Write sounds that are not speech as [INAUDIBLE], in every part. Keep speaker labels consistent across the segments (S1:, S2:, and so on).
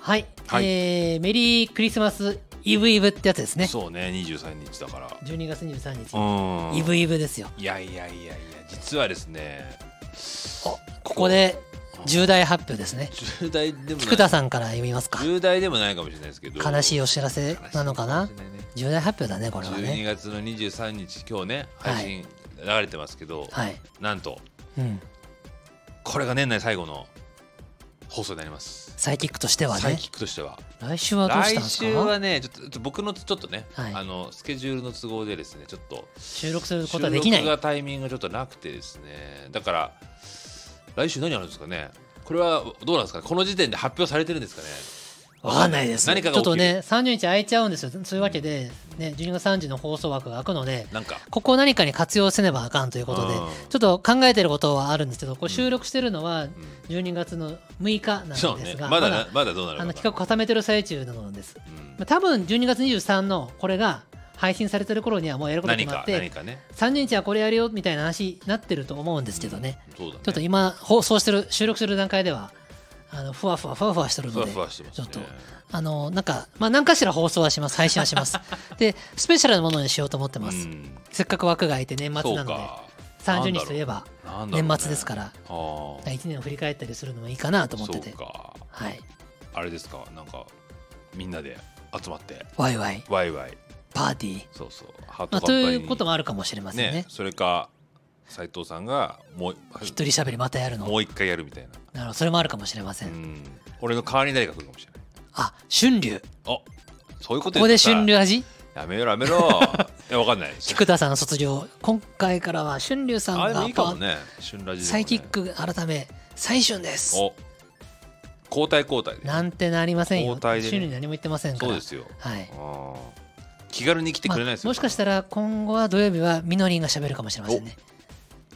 S1: はい、
S2: はい
S1: えーメリークリスマスイブイブってやつですね
S2: そうね23日だから
S1: 12月23日、
S2: うん
S1: イブイブですよ
S2: いやいやいやいや実はですね
S1: おここで重大発表ですね
S2: 重大でも
S1: 菊
S2: な
S1: 田さんから読みますか
S2: い重大でもないかもしれないですけど
S1: 悲しい
S2: よ
S1: お知らせなのかな重大発表だねこれは
S2: 12
S1: ね
S2: 月の23日今日ね
S1: はい
S2: 配信流れてますけど、
S1: はい
S2: なんと
S1: うん
S2: これが年内最後の放送になります
S1: サイキックとしては
S2: サイ
S1: ね
S2: キックとしては
S1: 来週はどうした
S2: 来
S1: んです
S2: 週
S1: か
S2: はねちょっとちょっと僕のちょっとね、
S1: はい
S2: あのスケジュールの都合でですねちょっと
S1: 収録するこ
S2: 収
S1: とはできな
S2: 録
S1: い
S2: がタイミングがちょっとなくてですねだから来週何あるんですかねこれはどうなんですかねこの時点で発表されてるんですかね
S1: わかんないです
S2: 何か
S1: ち
S2: が
S1: ょ
S2: 起
S1: っ
S2: きる
S1: とね30日空いちゃうんですよそういうわけで、ね、12月3時の放送枠が空くので
S2: なんか
S1: ここを何かに活用せねばあかんということで、
S2: うん
S1: ちょっと考えてることはあるんですけどこれ収録してるのは12月の6日なんです
S2: そ
S1: が、
S2: うねまだなまだどうなる
S1: あ
S2: か
S1: の企画固めてる最中なのです
S2: うん
S1: まあ多分12月23のこれが配信されてる頃にはもうやること
S2: 何
S1: 決まっ
S2: か
S1: て
S2: 何かね
S1: 30日はこれやるよみたいな話になってると思うんですけどね、
S2: そうだね
S1: ちょっと今放送してる収録してる段階ではあのふわふわふわふわしてる
S2: ふ
S1: の
S2: わ
S1: で
S2: ふわしてますね
S1: ちょっとあのなんか、まあ、何かしら放送はします配信はしますでスペシャルなものにしようと思ってます、
S2: うん
S1: せっかく枠が空いて年末
S2: そ
S1: な
S2: う
S1: ので
S2: か
S1: 30日といえば
S2: なんだろう
S1: 年
S2: ね
S1: 末ですから
S2: あー
S1: 1年を振り返ったりするのもいいかなと思ってて
S2: そうか
S1: はい
S2: あれですかなんかみんなで集まって
S1: ワイワイ
S2: ワイワイ
S1: パーティー、
S2: そうそうハ
S1: まあ、
S2: ートカッ
S1: と
S2: パ
S1: い
S2: に
S1: うこともあるかもしれませんね
S2: ねそれか斉藤さんがもう
S1: 一人喋りまたやるの
S2: もう一回やるみたいな
S1: なるほどそれもあるかもしれません、
S2: うん俺の代わりに誰か来るかもしれない
S1: あ春流
S2: あそういう
S1: こ
S2: こ
S1: とこ
S2: 言
S1: で
S2: うとさ
S1: 春流味
S2: やめろやめ
S1: [LAUGHS]
S2: ろいやわかんない
S1: 菊田さんの卒業今回からは春流さん
S2: あれ
S1: が
S2: もいいかもね春ラジでもね
S1: サイキック改め最春です
S2: お交代交代で
S1: なんてなりませんよ
S2: 交代でね
S1: 春流何も言ってませんから
S2: そうですよ
S1: はい
S2: あー気軽に来てくれないです
S1: まあ
S2: よ
S1: もしかしたら今後は土曜日はみのりんが喋るかもしれませんね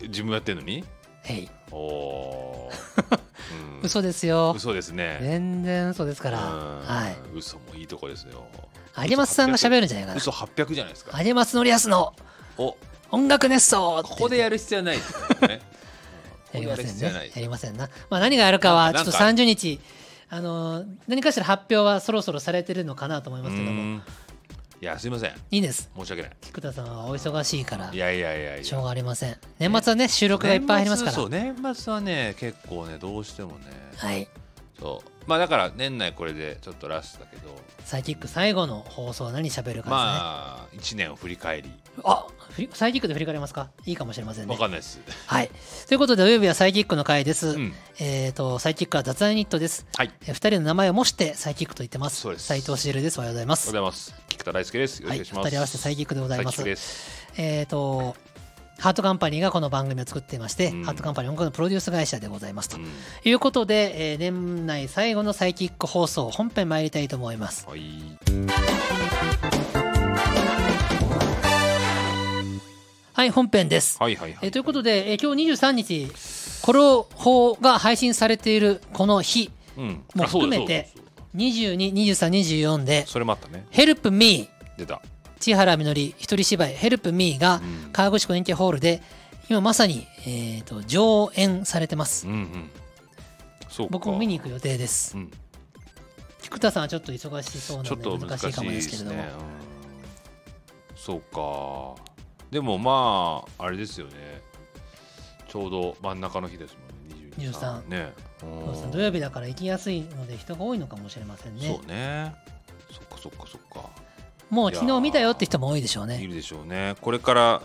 S2: 自分やってんのに
S1: へい
S2: おーうん
S1: [LAUGHS] 嘘ですよ
S2: 嘘ですね
S1: 全然嘘ですから
S2: うん
S1: はい
S2: 嘘もいいとこですよ
S1: 有松さんが喋るんじゃないか
S2: 嘘800じゃないですか
S1: な有松のりやすの
S2: おこ
S1: 音楽熱奏って
S2: こでやる必要はないですよね
S1: [LAUGHS] やりませ
S2: ここでやる
S1: ん
S2: 必要はな
S1: ね
S2: い。
S1: やりませんな。まあ何があるかは、ちょ
S2: な
S1: っ
S2: ん
S1: と
S2: か
S1: 30日、あのー、何かしら発表はそろそろされてるのかなと思いますけど
S2: う
S1: も、
S2: んいやすいません
S1: いいです。
S2: 申し訳ない
S1: 菊田さんはお忙しいから
S2: い、やいやいやいや
S1: しょうがありません。年末はね、収録がいっぱいありますか
S2: 年末
S1: ら。
S2: そう年末はね結構ねどうしてもね
S1: はい。
S2: そうまあだから年内これでちょっとラストだけど
S1: サイキック最後の放送は何喋るか
S2: まあ1年を振り返り
S1: ですね。あフリサイキックで振り返りますかいいかもしれません
S2: わ
S1: ね。
S2: かんないです
S1: はい。ということで、土曜日はサイキックの回です。
S2: うん
S1: えっと、サイキックは雑談ユニットです。
S2: はいおはよ
S1: え二人の名前を模してサイキックと言ってます。
S2: そうです
S1: 斉藤しるです。おはようございま
S2: うご
S1: す。
S2: ざいます菊田大輔ですよろ
S1: はい、
S2: し
S1: 二
S2: くお願いします
S1: 人合わせてサイキックでございま
S2: サイキ
S1: す
S2: ック。です
S1: えっ、と、ハートカンパニーがこの番組を作っていまして、
S2: うん
S1: ハートカンパニー音楽のプロデュース会社でございますと。
S2: うん
S1: いうことで、えー年内最後のサイキック放送、本編参りたいと思います。
S2: はい
S1: はい、本編です。
S2: はいはいは
S1: えー
S2: い
S1: ということで、えー今日23日、コロ法が配信されているこの日、
S2: うん
S1: もう
S2: あそう
S1: 含
S2: だ
S1: めて
S2: そうだそうだ
S1: 22、23、24で、
S2: それもあったね
S1: Help Me!
S2: 出た
S1: 千原みのり一人芝居「ヘルプミーが
S2: うん
S1: 河口湖円形ホールで今まさに、えー、と上演されてます
S2: うんうんそうか
S1: 僕も見に行く予定です
S2: うん
S1: 菊田さんはちょっと忙しそうな
S2: ちょっと
S1: ので
S2: 難
S1: 難
S2: し
S1: しいか
S2: い
S1: もで
S2: です
S1: けれ
S2: す
S1: ども
S2: ね。うんそうか。でもまああれですよね。ちょうど真ん中の日ですもんね。二十三
S1: 23
S2: ね。
S1: そうです
S2: う
S1: ね
S2: ん
S1: 土曜日だから行きやすいので人が多いのかもしれませんね
S2: そうね。そっかそっかそっか。
S1: もう
S2: いや
S1: 昨日見たよって人も多いでしょう
S2: い
S1: ね
S2: るでしょうね。これから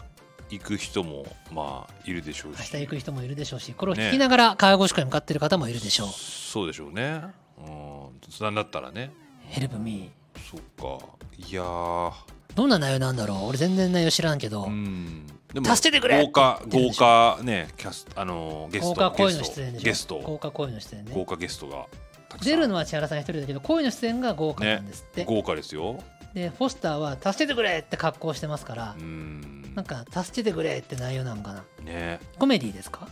S2: 行く人もまあいるでしょう
S1: 明
S2: し。
S1: 日行く人もいるでしょうしこれを聞き
S2: ね
S1: ながら河口湖に向かっている方もいるでしょう
S2: そうでしょうね。うん。なんだったらね。
S1: 「ヘルプミー
S2: そっか。いやー。
S1: どんな内容なんだろう俺全然内容知らんけど、
S2: うん。でも
S1: 助けてくれ
S2: 豪華
S1: って言ってるで
S2: 豪
S1: しょ
S2: 華ねキャスあのーゲス
S1: 豪
S2: ト
S1: 華
S2: ゲ
S1: 声
S2: ス
S1: の
S2: ト
S1: 出演でしょ
S2: ゲスト
S1: 豪華声の出演ね
S2: 豪華ゲストがたくさん
S1: 出るのは千原さん一人だけど声の出演が豪華なんですって、
S2: 豪華ですよ
S1: でフォスターは「助けてくれ!」って格好してますから
S2: うー、ん
S1: なんか「助けてくれ!」って内容なのかな
S2: ね
S1: コメディですか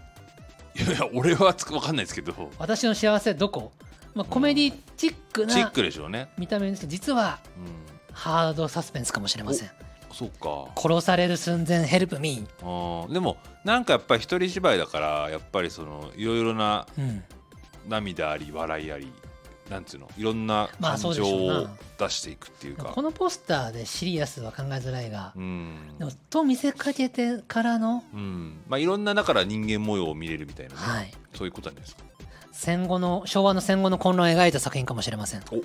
S2: いやいや俺はつくわかんないですけど
S1: 私の幸せどこ、まあ、コメディチック
S2: チッ
S1: な
S2: クでしょうね
S1: 見た目ですけど実は
S2: うん
S1: ハードサスペンスかもしれません
S2: そうか
S1: 殺される寸前ヘルプミ
S2: あーでもなんかやっぱり一人芝居だからやっぱりそのいろいろな
S1: ー、うん、
S2: 涙あり笑いありなんつうのいろんな
S1: ま
S2: 感
S1: あそうでし
S2: 情
S1: ょうな
S2: を出していくっていうか、
S1: このポスターでシリアスは考えづらいが、
S2: うん
S1: でもと見せかけてからの、
S2: うんまあ、いろんなだから人間模様を見れるみたいなね、
S1: はい、
S2: そういうことなんですか
S1: 戦後の昭和の戦後の混乱を描いた作品かもしれません
S2: お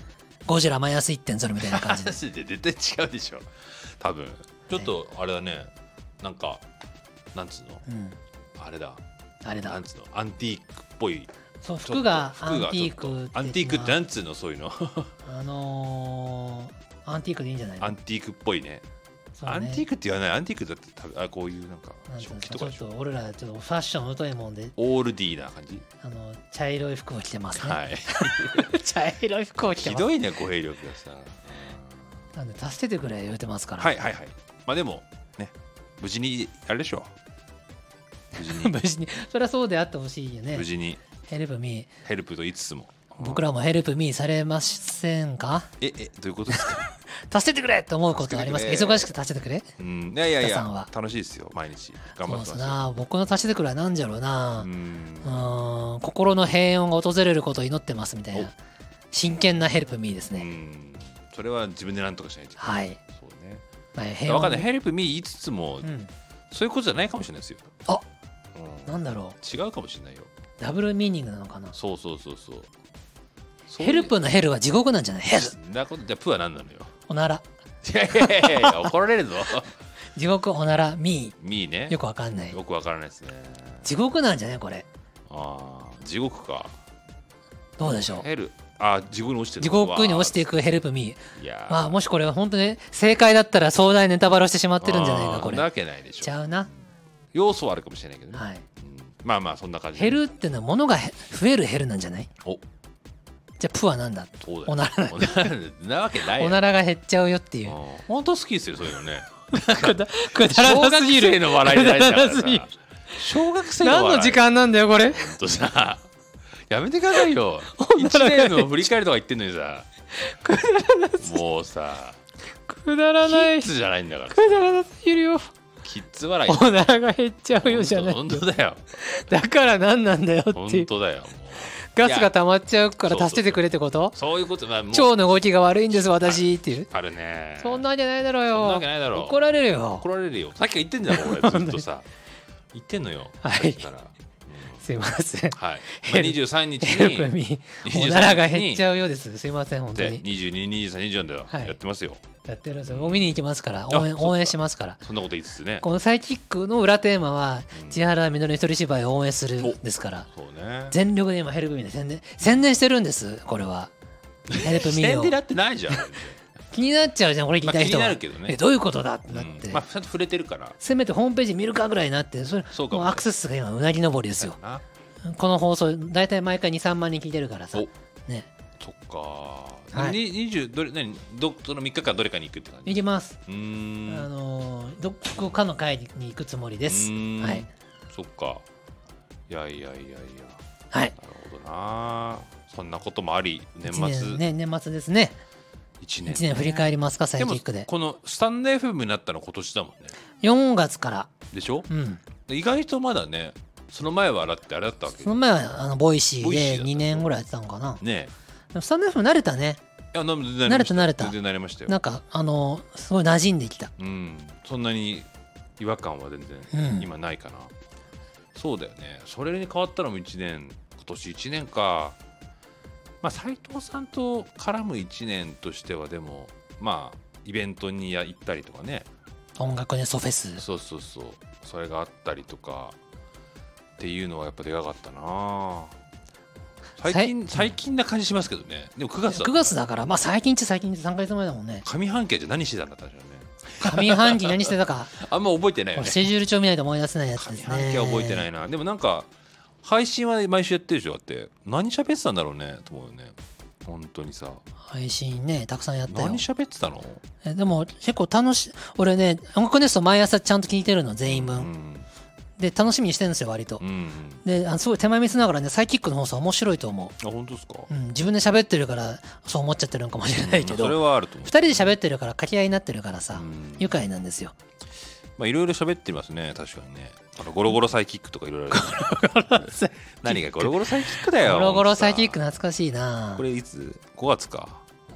S1: ゴジラマイナス1.0みたいな感
S2: [LAUGHS]
S1: じです
S2: 話で絶対違うでしょ多分ちょっとあれだねなんかなんつうの
S1: うん
S2: あれだ
S1: あれ
S2: な
S1: だ
S2: んつうのアンティークっぽい
S1: そう
S2: ちょっと
S1: 服がアンティー
S2: ちょ
S1: ク
S2: っとアンティークって
S1: 的な
S2: なんつうのそういうの
S1: あのーアンティークでいいんじゃないの
S2: アンティークっぽいね
S1: そうね
S2: アンティークって言わないアンティークだって多分あこういうなんか
S1: なんていう
S2: 食
S1: んで
S2: 器
S1: すか
S2: と
S1: ち
S2: か
S1: ょ
S2: で
S1: っ
S2: しょ
S1: と俺らちょっとファッション疎いもんで
S2: オールディーな感じ
S1: あの茶色い服を着てますね、
S2: は
S1: [LAUGHS]
S2: い
S1: 茶色い服を着て
S2: ひ
S1: ます
S2: どいね語弊力がさ
S1: なんで助けてくれ言うて [LAUGHS] ますから、
S2: はいはいはいまあでもね無事にあれでしょ無事
S1: [LAUGHS]
S2: に
S1: 無事にそりゃそうであってほしいよね
S2: 無事に
S1: ヘルプミ
S2: ヘルプと言いつつも
S1: ー僕らもヘルプミーされませんか
S2: ええどういうことですか
S1: 助けてくれと思うことありますか
S2: 助けてくれ
S1: 忙しくて助けてくれ
S2: うんいやいやい
S1: 北さん
S2: や
S1: は
S2: 楽しいですよ毎日頑張って
S1: そうだ
S2: ますよ
S1: な僕の助けてくれは何じゃろうな、
S2: う
S1: うんーん心の平穏が訪れることを祈ってますみたいな真剣なヘルプミーです
S2: う
S1: ね、
S2: んそれは自分で何とかしないといけない
S1: はい、
S2: そうね
S1: まあ、平
S2: 分か
S1: 穏
S2: んない
S1: に
S2: ヘルプミー言いつつも
S1: うん、
S2: そういうことじゃないかもしれないですよ
S1: あ
S2: うん
S1: なんだろ
S2: 違うかもしれないよ
S1: うダブルミーニングなのかな
S2: そうそうそうそうそうい
S1: ヘ
S2: う
S1: ルプのヘルは地獄なんじゃないヘル
S2: そんなことじゃあプは何なのよ
S1: おなら
S2: いやいやいやいや怒られ
S1: [LAUGHS]
S2: るぞ
S1: 地獄おならミ
S2: ミーね
S1: ーよくわかんない
S2: よくわからないですね
S1: 地獄なんじゃないこれ
S2: あー地獄か
S1: どうでしょう
S2: ヘルあー地獄に落ちてる
S1: 地獄に落ちていくヘルプミー
S2: いやー
S1: まあもしこれが本当に正解だったら壮大ネタバレをしてしまってるんじゃない
S2: あ
S1: か
S2: ー
S1: これ
S2: なわけないでし
S1: ち
S2: ょ
S1: ゃうな
S2: 要素はあるかもしれないけどね、
S1: はい
S2: うんまあまあそんな感じで
S1: 減るってのは物がへ増える減るなんじゃない
S2: お
S1: じゃあプはなんだ
S2: そうだよ
S1: おなら
S2: おならなわけない
S1: お
S2: よ
S1: ならが減っちゃうよっていう
S2: うん本当好きですよそういう
S1: [LAUGHS]
S2: のね
S1: くだくだ
S2: 小
S1: らな
S2: 学
S1: すぎ
S2: 生
S1: る
S2: の笑いになりだから
S1: くだらなすぎる
S2: さ小学生の笑い
S1: 何の時間なんだよこれ
S2: ほんとさやめてくださ
S1: [LAUGHS]
S2: いよ
S1: な
S2: 1
S1: らない
S2: 年の振り返りとか言ってんのに
S1: [LAUGHS]
S2: さもうさ
S1: くだら
S2: キ
S1: ない
S2: ッ
S1: く
S2: ズじゃないんだから
S1: だらなすぎるよ
S2: キッズ笑い
S1: おならが減っちゃうよじゃない
S2: 本当だよ
S1: だから何なんだよっていう
S2: 本当だよもう
S1: ガスが溜まっちゃうか
S2: そうそ
S1: ら
S2: う
S1: 助けてくれってこと
S2: そういうことまあもう
S1: 腸の動きが悪いんです私っていう
S2: あるね
S1: そんなんじゃないだろう
S2: そんな
S1: よ
S2: わけないだろ
S1: 怒られるよ
S2: 怒られるよさっきから言ってんだよ俺ずっとさ言ってんのよ
S1: はい
S2: さっきからうん
S1: すいません [LAUGHS]
S2: はいま
S1: ヘ
S2: あ
S1: ル
S2: 23日
S1: ヘルプ
S2: に
S1: ミお
S2: 23
S1: ならが減っちゃうようですすいません本当
S2: で
S1: に
S2: 222324では
S1: はい
S2: やってますよ
S1: やってるんですよ僕見に行きますから応援
S2: あそうか
S1: 応援しますから
S2: そんなこと言いつつね
S1: このサイキックの裏テーマは
S2: うん
S1: 千原みのり一人芝居を応援するですから
S2: そうね
S1: 全力で今ヘルプミーで宣伝宣伝してるんですこれはヘルプ
S2: 視
S1: ミ
S2: 点で
S1: ー
S2: な
S1: を
S2: ってない
S1: [LAUGHS]
S2: じゃん全然
S1: 気になっちゃうじゃんこれ聞いた人
S2: まあ
S1: は
S2: 気になるけどね
S1: えどういうことだってなって
S2: うんまあちゃんと触れてるから
S1: せめてホームページ見るかぐらいになってそれ
S2: そうかも
S1: も
S2: ね
S1: うアクセス数が今うなぎ登りですよ
S2: な
S1: この放送大体毎回23万人聞いてるからさ
S2: お
S1: ね
S2: そっか、
S1: はい
S2: に20どれ何どその3日間どれかに行くって感じ
S1: 行きます、
S2: うーん
S1: あのーどこかの会に行くつもりで
S2: う
S1: す
S2: ーん
S1: はい
S2: そっかいやいやいやいや
S1: はい
S2: なるほどなそんなこともあり年末
S1: 一年ね年末ですね
S2: 一
S1: 1年振り返りますかサ
S2: で
S1: イキ
S2: も
S1: ックで
S2: このスタンド FM になったの今年だもんね
S1: 4月から
S2: でしょ
S1: うん
S2: で意外とまだねその前はだってあれだったわけ
S1: その前はあのボイシー
S2: ボイシーだっ
S1: で
S2: た
S1: 2年ぐらいやってたのかな
S2: ね
S1: でもスタンド F も慣れたね
S2: えいやな
S1: 慣れた慣れた
S2: 全然慣れましたよ
S1: なんかあのーすごい馴染んできた
S2: うんそんなに違和感は全
S1: う
S2: 然
S1: ん
S2: 今ないかな、そうだよねそれに変わったのも1年今年1年かまあ斎藤さんと絡む1年としてはでもまあイベントにや行ったりとかね
S1: 音楽でソフェス
S2: そうそうそうそれがあったりとかっていうのはやっぱでかかったな最近
S1: さい
S2: 最近な感じしますけどねでも9月だ
S1: 9月だからまあ最近っちゃ最近って3ヶ月前だもんね
S2: 上半期じゃ何してたんだったんでしょうね
S1: 上半期何してた
S2: [LAUGHS]
S1: か
S2: あんま覚えてないよね
S1: スケジュール帳見ないと思い出せないやつで
S2: 上
S1: す
S2: 半
S1: ね
S2: 期は覚えてないなでもなんか配信は毎週やってるでしょだって何喋ってたんだろうねと思うよね本当にさ
S1: 配信ねたくさんやったよ
S2: 何喋ってたの
S1: えでも結構楽しい俺ね音楽ネスト毎朝ちゃんと聞いてるの全員
S2: う
S1: 分、
S2: ん
S1: で楽しみにしてるんですよ割と、
S2: うん
S1: であのすごい手前見せながらねサイキックの放送面白いと思
S2: あ本当ですか
S1: う、うん、自分で喋ってるからそう思っちゃってるのかもしれないけ
S2: うんそれ
S1: ど、
S2: はあると思
S1: 二
S2: う
S1: 人で喋ってるから掛け合いになってるからさ、
S2: うん
S1: 愉快なんですよ
S2: まあいろいろ喋ってますね確かにねあのゴロゴロサイキックとかいろいろある何がゴロゴロサイキックだよ
S1: ゴロゴロサイキック懐かしいな
S2: これいつ5月か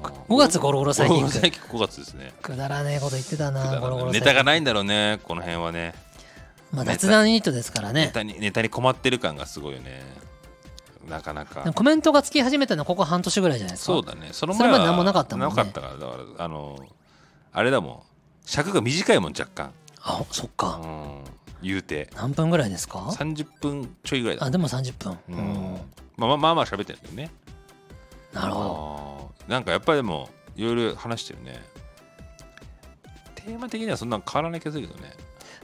S1: 5月ゴロゴロサイキック
S2: ゴロゴロサイキック5月ですね
S1: くだらねえこと言ってた
S2: くだ
S1: な
S2: ら
S1: ゴロゴロサイキ
S2: ネ
S1: ック
S2: タがないんだろうねこの辺はね
S1: まあ
S2: ネタ
S1: 雑談ユニットですから
S2: ネ
S1: ね
S2: タにネタに困ってる感がすごいよねなかなか
S1: でもコメントがつき始めたのはここ半年ぐらいじゃないですか
S2: そうだねその
S1: それ
S2: 前
S1: ま
S2: は
S1: で何もなかったもんね
S2: なかったからだからあのあれだもん尺が短いもん若干
S1: あそっか
S2: うん言うて
S1: 何分ぐらいですか
S2: 30分ちょいぐらいだ
S1: あでも30分
S2: う
S1: うんん
S2: まあまあまあまあ喋ってるんだよね
S1: なるほど
S2: あーなんかやっぱりでもいろいろ話してるねテーマ的にはそんな変わらない気がするけどね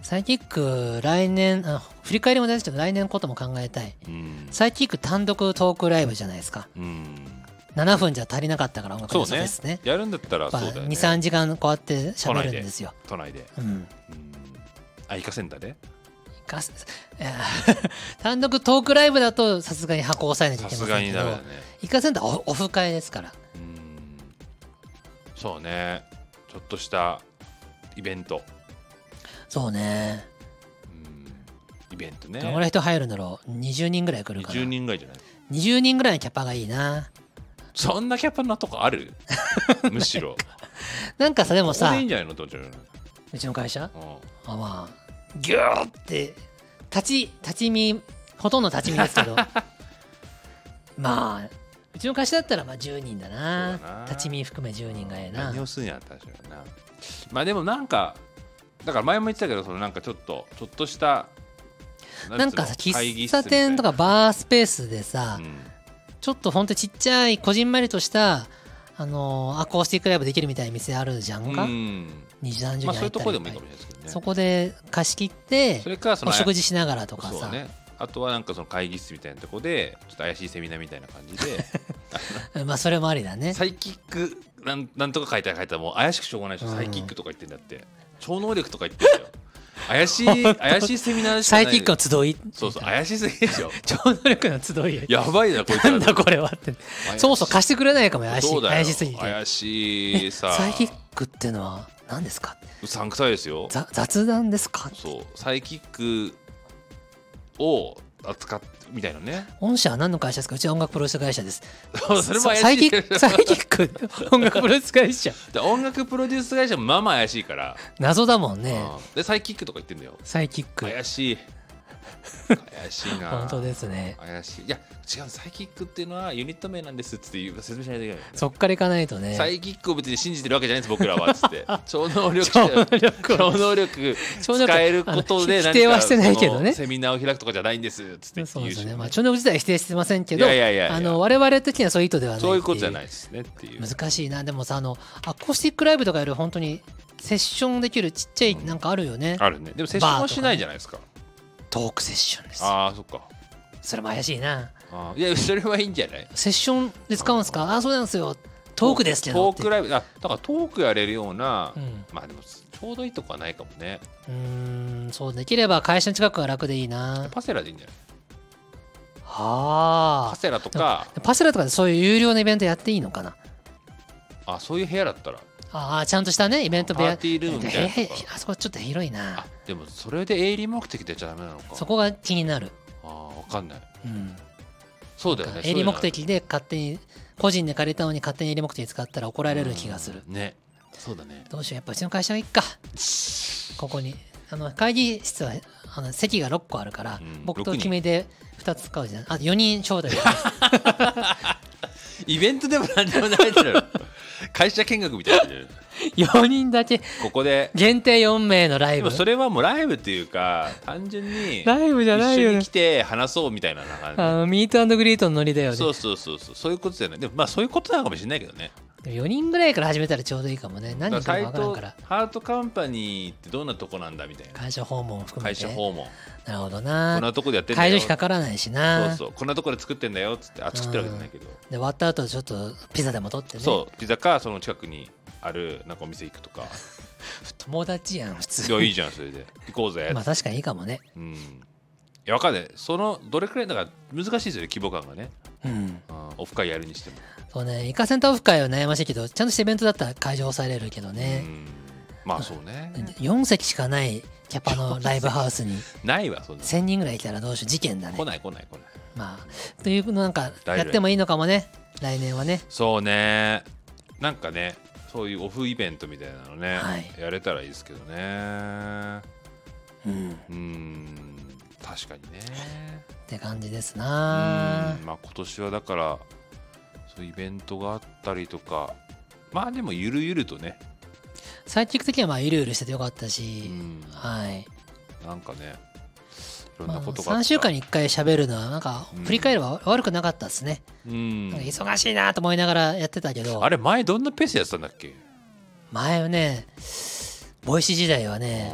S1: サイキック来年あ振り返りも大事だけど来年のことも考えたい
S2: うん、
S1: サイキック単独トークライブじゃないですか
S2: うん、
S1: 7分じゃ足りなかったから音楽
S2: そう
S1: フ
S2: ね
S1: ェスね
S2: やるんだったら
S1: やっぱ
S2: そうだよね
S1: 23時間こうやって喋るんですよ
S2: 都内で、
S1: うん
S2: うん、あイカセンターで
S1: ガス [LAUGHS] いや単独トークライブだとさすがに箱押さえなきゃ
S2: さ
S1: いけますせ
S2: が
S1: ん
S2: に
S1: け
S2: ダメだ
S1: ど
S2: ね
S1: イカセンターはオフ会ですから
S2: うんそうねちょっとしたイベント、
S1: そうね
S2: うん、イベントね
S1: どのぐらい人入るんだろう20人ぐらい来るかな
S2: 20人ぐらいじゃない
S1: 20人ぐらいのキャパがいいな
S2: そんなキャパなとこ
S1: [LAUGHS]
S2: あるむしろ
S1: なんかさでも
S2: ここ
S1: さ
S2: でいいんじゃないのどうじゃないう
S1: ちの会社
S2: の、
S1: あまあギューって立ち立ち見ほとんど立ち見ですけ
S2: [LAUGHS]
S1: どまあうちの会社だったらまあ10人だな
S2: そうだな
S1: 立ち見含め10人がええな
S2: 何をするんやったらしいなまあでもなんかだから前も言ってたけどそのなんかちょっとちょっとした
S1: なんかさ
S2: つうの
S1: 喫茶店とかバースペースでさ、
S2: 会議室み
S1: ちょっとほんとちっちゃいこじんまりとしたあのーアコースティックライブできるみたいな店あるじゃん
S2: た
S1: か、
S2: いなうん、
S1: 2時3時
S2: ま
S1: に
S2: あそ
S1: 入
S2: ういう
S1: っ
S2: と
S1: た
S2: こ
S1: り
S2: で
S1: と
S2: もい
S1: か
S2: いかもしれないですけどね
S1: そこで貸し切って
S2: それかその
S1: お食事しながらとか
S2: そう
S1: さ、
S2: ねあとはなんかその会議室みたいなとこでちょっと怪しいセミナーみたいな感じ
S1: [LAUGHS]
S2: で
S1: まあそれもありだね
S2: サイキックなんなんとか書いてある書いてあるもう怪しくしょうがないでしょ、
S1: うん
S2: サイキックとか言ってんだって超能力とか言ってんだよ怪しい怪しいセミナーしか
S1: サ
S2: ない
S1: イキックの集い
S2: そうそう怪しすぎでしょ
S1: [LAUGHS] 超能力の集い
S2: やばいなこいつら
S1: なんだこれはってそもそも貸してくれないかも怪し
S2: そう
S1: い
S2: だよ
S1: 怪しすぎて
S2: 怪しい
S1: [LAUGHS]
S2: さ
S1: サイキックっていうのは何ですか
S2: うさんくさいですよ
S1: ざ雑談ですか
S2: そうサイキックを扱ってみたいなね
S1: 御社は何の会社ですかうちは音楽プロレス会社です
S2: それも怪しい
S1: サイキックサイキック音楽プロレス会社
S2: [LAUGHS] で音楽プロデュース会社もまあまあ怪しいから、
S1: 謎だもんね
S2: うんでサイキックとか言ってんだよ
S1: サイキック
S2: 怪しい怪しいな
S1: 本当ですね
S2: 怪しいいや違うサイキックっていうのはユニット名なんですっつって言う説明しないといけないよね
S1: そっからいかないとね
S2: サイキックを別に信じてるわけじゃないんです僕らはっつって
S1: [LAUGHS]
S2: 超能力
S1: 超能力
S2: 超能力
S1: 超能力
S2: 使えることで
S1: あの
S2: 何か
S1: 否定はしてないけどね
S2: そのセミナーを開くとかじゃないんですっつって言うし
S1: そうですねまあ超能力自体は否定してませんけど
S2: いやいやいやいや
S1: あの我々的にはそういう意図ではないって
S2: そういうことじゃないですねっていう
S1: 難しいなでもさあのアコースティックライブとかより本当にセッションできるちっちゃいなんかあるよね、
S2: あるねでもセッションはしないじゃないですか
S1: トークセッションですよ
S2: ああそっか
S1: それも怪しいな
S2: あーいやそれはいいんじゃない
S1: セッションで使うんですかあそうなんですよトークですけど
S2: トークライブあだからトークやれるような、
S1: うん
S2: まあでもちょうどいいとこはないかもね
S1: うーんそうできれば会社の近くが楽でいいな
S2: パセラでいいんじゃないパ
S1: はあ
S2: セラとか
S1: パセラとかでそういう有料のイベントやっていいのかな
S2: あそういう部屋だったら
S1: ああちゃんとしたねイベント部屋
S2: パーティールームみたいなとこ
S1: えへへあそこちょっと広い
S2: あ
S1: な
S2: でもそれで営利目的でやっちゃダメなのか
S1: そこが気になる、
S2: あーわかんない
S1: うん、
S2: そうだよね
S1: 営利目的で勝手に個人で借りたのに勝手に営利目的使ったら怒られる気がする、
S2: ねそうだね
S1: どうしようやっぱうちの会社がいっかここにあの会議室はあの席が6個あるから、
S2: うん
S1: 僕
S2: 六
S1: と
S2: 人
S1: 君で2つ使うじゃんあ4人招待でき [LAUGHS] ます
S2: イベントでも何でもないだろ
S1: [LAUGHS]
S2: 会社見学みたいな
S1: 4人だけ
S2: ここで
S1: 限定4名のライ
S2: で
S1: ブ
S2: もそれはもうライブっていうか単純に
S1: ライブじゃない
S2: 一緒
S1: よ
S2: に
S1: ね
S2: 来て話そうみたいな
S1: あ
S2: 感
S1: のミートグリートのノリだよ
S2: じ
S1: ね
S2: そうそうそうそうそういうことじゃないでもまあそういうことなのかもしれないけどね
S1: 4人ぐらいから始めたらちょうどいいかもね何
S2: だ
S1: 人か
S2: から
S1: 分からんから
S2: 対等ハートカンパニーってどんなとこなんだみたいな
S1: 会社訪問含め
S2: 会
S1: て
S2: 社訪問
S1: なるほど
S2: こん
S1: な
S2: なとこでやってんだ
S1: 会場
S2: よ
S1: 費かからないし
S2: そう
S1: な
S2: そうこんなとこで作ってんだよっつってあ作ってるわけじゃないけど
S1: で終わった後ちょっとピザでも取ってね
S2: そうピザかその近くにあるなんかお店行く
S1: [LAUGHS]
S2: とか
S1: 友達やん普
S2: い
S1: 通
S2: やいいじゃんそれで行こうぜ、
S1: まあ確かにいいかもね
S2: うんいやわかんないそのどれくらいだから難しいですよね規模感がね、
S1: うん
S2: うん、オフ会やるにしても、
S1: そうねイカセンターオフ会は悩ましいけどちゃんとしたイベントだったら会場抑えれるけどね、
S2: うんまあそうね
S1: 4席しかないキャパのライブハウスに
S2: ないわそんな
S1: 1000人ぐらいいたらどうしよう事件だね
S2: 来ない来ない来ない
S1: まあというなんか
S2: 大丈
S1: や
S2: 夫
S1: ってもいいのかもね来年はね
S2: そうねなんかねそういうオフイベントみたいなのね、
S1: はい
S2: やれたらいいですけど
S1: う
S2: ね
S1: んっ
S2: うん確かにね
S1: て感じです
S2: うん
S1: な
S2: まあ今年はだからそういうイベントがあったりとかまあでもゆるゆるとね、
S1: 最終的にはまあゆるゆるしててよかった
S2: う
S1: し、
S2: ん、
S1: はい、
S2: なんかねいろん
S1: ま
S2: な
S1: あ、
S2: ことがあった、
S1: 3週間に1回喋るのはなんか
S2: うん
S1: 振り返れば悪くなかったですね、
S2: うん
S1: なんか忙しいなと思いながらやってたけど
S2: あれ前どんなペースでやってたんだっけ、
S1: 前はねボイシー時代はね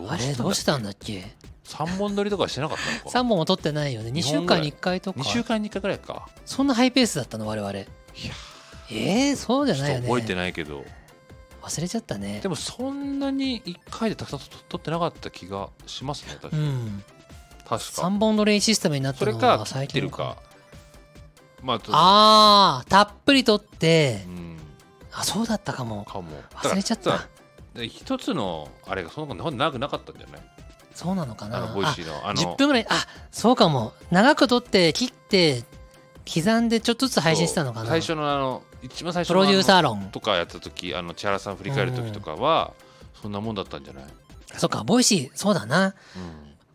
S2: うん
S1: あれどうしてたんだっけ
S2: 3本撮りとかしてなかったのか
S1: 3本も撮ってないよね2
S2: 二
S1: 週
S2: 本ぐら
S1: 間
S2: い
S1: に1回とか
S2: 2週間に1回ぐらいか
S1: そんなハイペースだったの我々ええー、そうじゃ
S2: ちょっ
S1: ないよ
S2: と
S1: ね
S2: 覚えてないけど
S1: 忘れちゃったね
S2: でもそんなに1回でたくさん撮撮ってなかった気がしますね確
S1: う
S2: か,、
S1: ん
S2: 確か
S1: 3本撮りシステムになっ
S2: そ
S1: た
S2: れ
S1: の
S2: か
S1: は
S2: 切っ
S1: 最
S2: て
S1: 近
S2: る
S1: の
S2: かまあちょっと
S1: あーたっぷり撮って
S2: うん
S1: あそうだったかも
S2: かも
S1: 忘れちゃった
S2: だからで一つのあれがそんな長くなかったんじゃない
S1: そうなのか
S2: あ
S1: な
S2: のボイシーのあ
S1: あ
S2: の
S1: 10分ぐらいあそうかも長く撮って切って刻んでちょっとずつ配信してたのかな
S2: 最初のあの一番最初
S1: プ
S2: のあ
S1: ロ
S2: の
S1: デューサー論
S2: とかやった時あの千原さん振り返る時とかは、そんなもんだったんじゃない、
S1: そっかボイシーそうだな
S2: う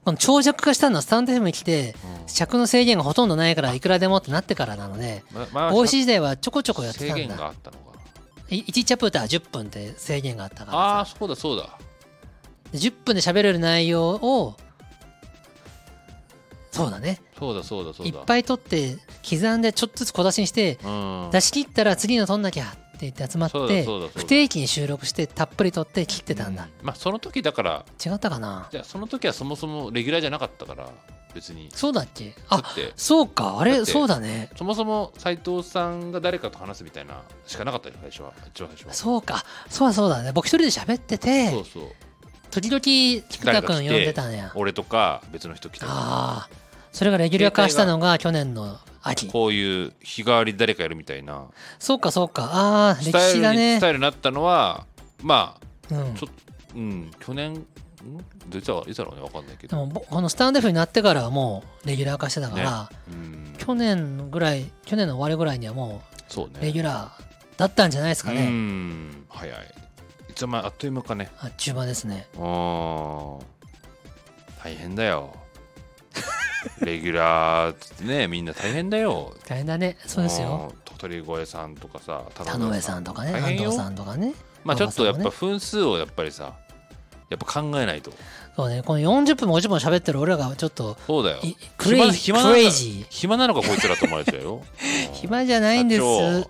S1: この長尺化したのはスタンド FM に来て
S2: んうん
S1: 尺の制限がほとんどないからいくらでもってなってからなので
S2: ま前は
S1: ボイシー時代はちょこちょこやって
S2: 制
S1: たん
S2: 限が
S1: だ
S2: あったのか
S1: 1チャプター10分って制限があったから
S2: あ
S1: さ
S2: あーそうだそうだ
S1: 10分で喋れる内容をそうだね
S2: そうだそうだそう
S1: いっ
S2: だい、
S1: ぱい取って刻んでちょっとずつ小出しにして
S2: うん、
S1: 出し切ったら次の取んなきゃって言って集まっ
S2: そうだ
S1: て
S2: そうだそうだ
S1: 不定期に収録してたっぷり取って切ってたんだ、
S2: まあその時だから
S1: 違ったかない
S2: やその時はそもそもレギュラーじゃなかったから別に
S1: そうだっけ
S2: だ
S1: あ
S2: って
S1: そうかあ
S2: だっ
S1: れ
S2: て
S1: そうだね
S2: そもそも斉藤さんが誰かと話すみたいなしかなかったよ最初は一番最初は
S1: そうかそうだそうだね僕一人で喋ってて
S2: そうそう
S1: 時々菊田君呼んでたんや
S2: 俺とか別の人来て
S1: ああそれがレギュラー化したのが去年の秋
S2: こういう日替わりで誰かやるみたいな
S1: そうかそうかああ
S2: ス
S1: 歴
S2: タイ
S1: 史
S2: ル
S1: だ
S2: に、
S1: ね
S2: スタイルになったのはまあ
S1: うん
S2: ちょうん去年んどいつだいつだろうね分かんないけ
S1: で
S2: ど、
S1: もぼこのスタンデフになってからはもうレギュラー化してたから、
S2: うん、
S1: 去年ぐらい去年の終わりぐらいにはも
S2: そうね
S1: うレギュラーだったんじゃないですか
S2: うー
S1: ね、
S2: ん早いいつまあっという間かね
S1: あっちゅう間ですね
S2: あー大変だよ [LAUGHS] レギュラーっつってねみんな大変だよ
S1: 大変だねそうですよ
S2: うん鳥取越さんとかさ
S1: 田上さんとかね
S2: 大
S1: 安
S2: 変よ
S1: 藤さんとかね
S2: まあちょっとやっ
S1: 馬
S2: ぱ
S1: 場
S2: 分数をやっぱりさやっぱ考えないと
S1: そうねこの40分も50分喋ってる俺らがちょっと
S2: そうだよ
S1: いクレイジ
S2: 暇
S1: ー
S2: 暇な
S1: ク
S2: ん
S1: レ
S2: だ
S1: イジ
S2: 暇なのかこいつらと思われちゃ
S1: [LAUGHS]
S2: うよ
S1: ー暇じゃないんです
S2: ちょ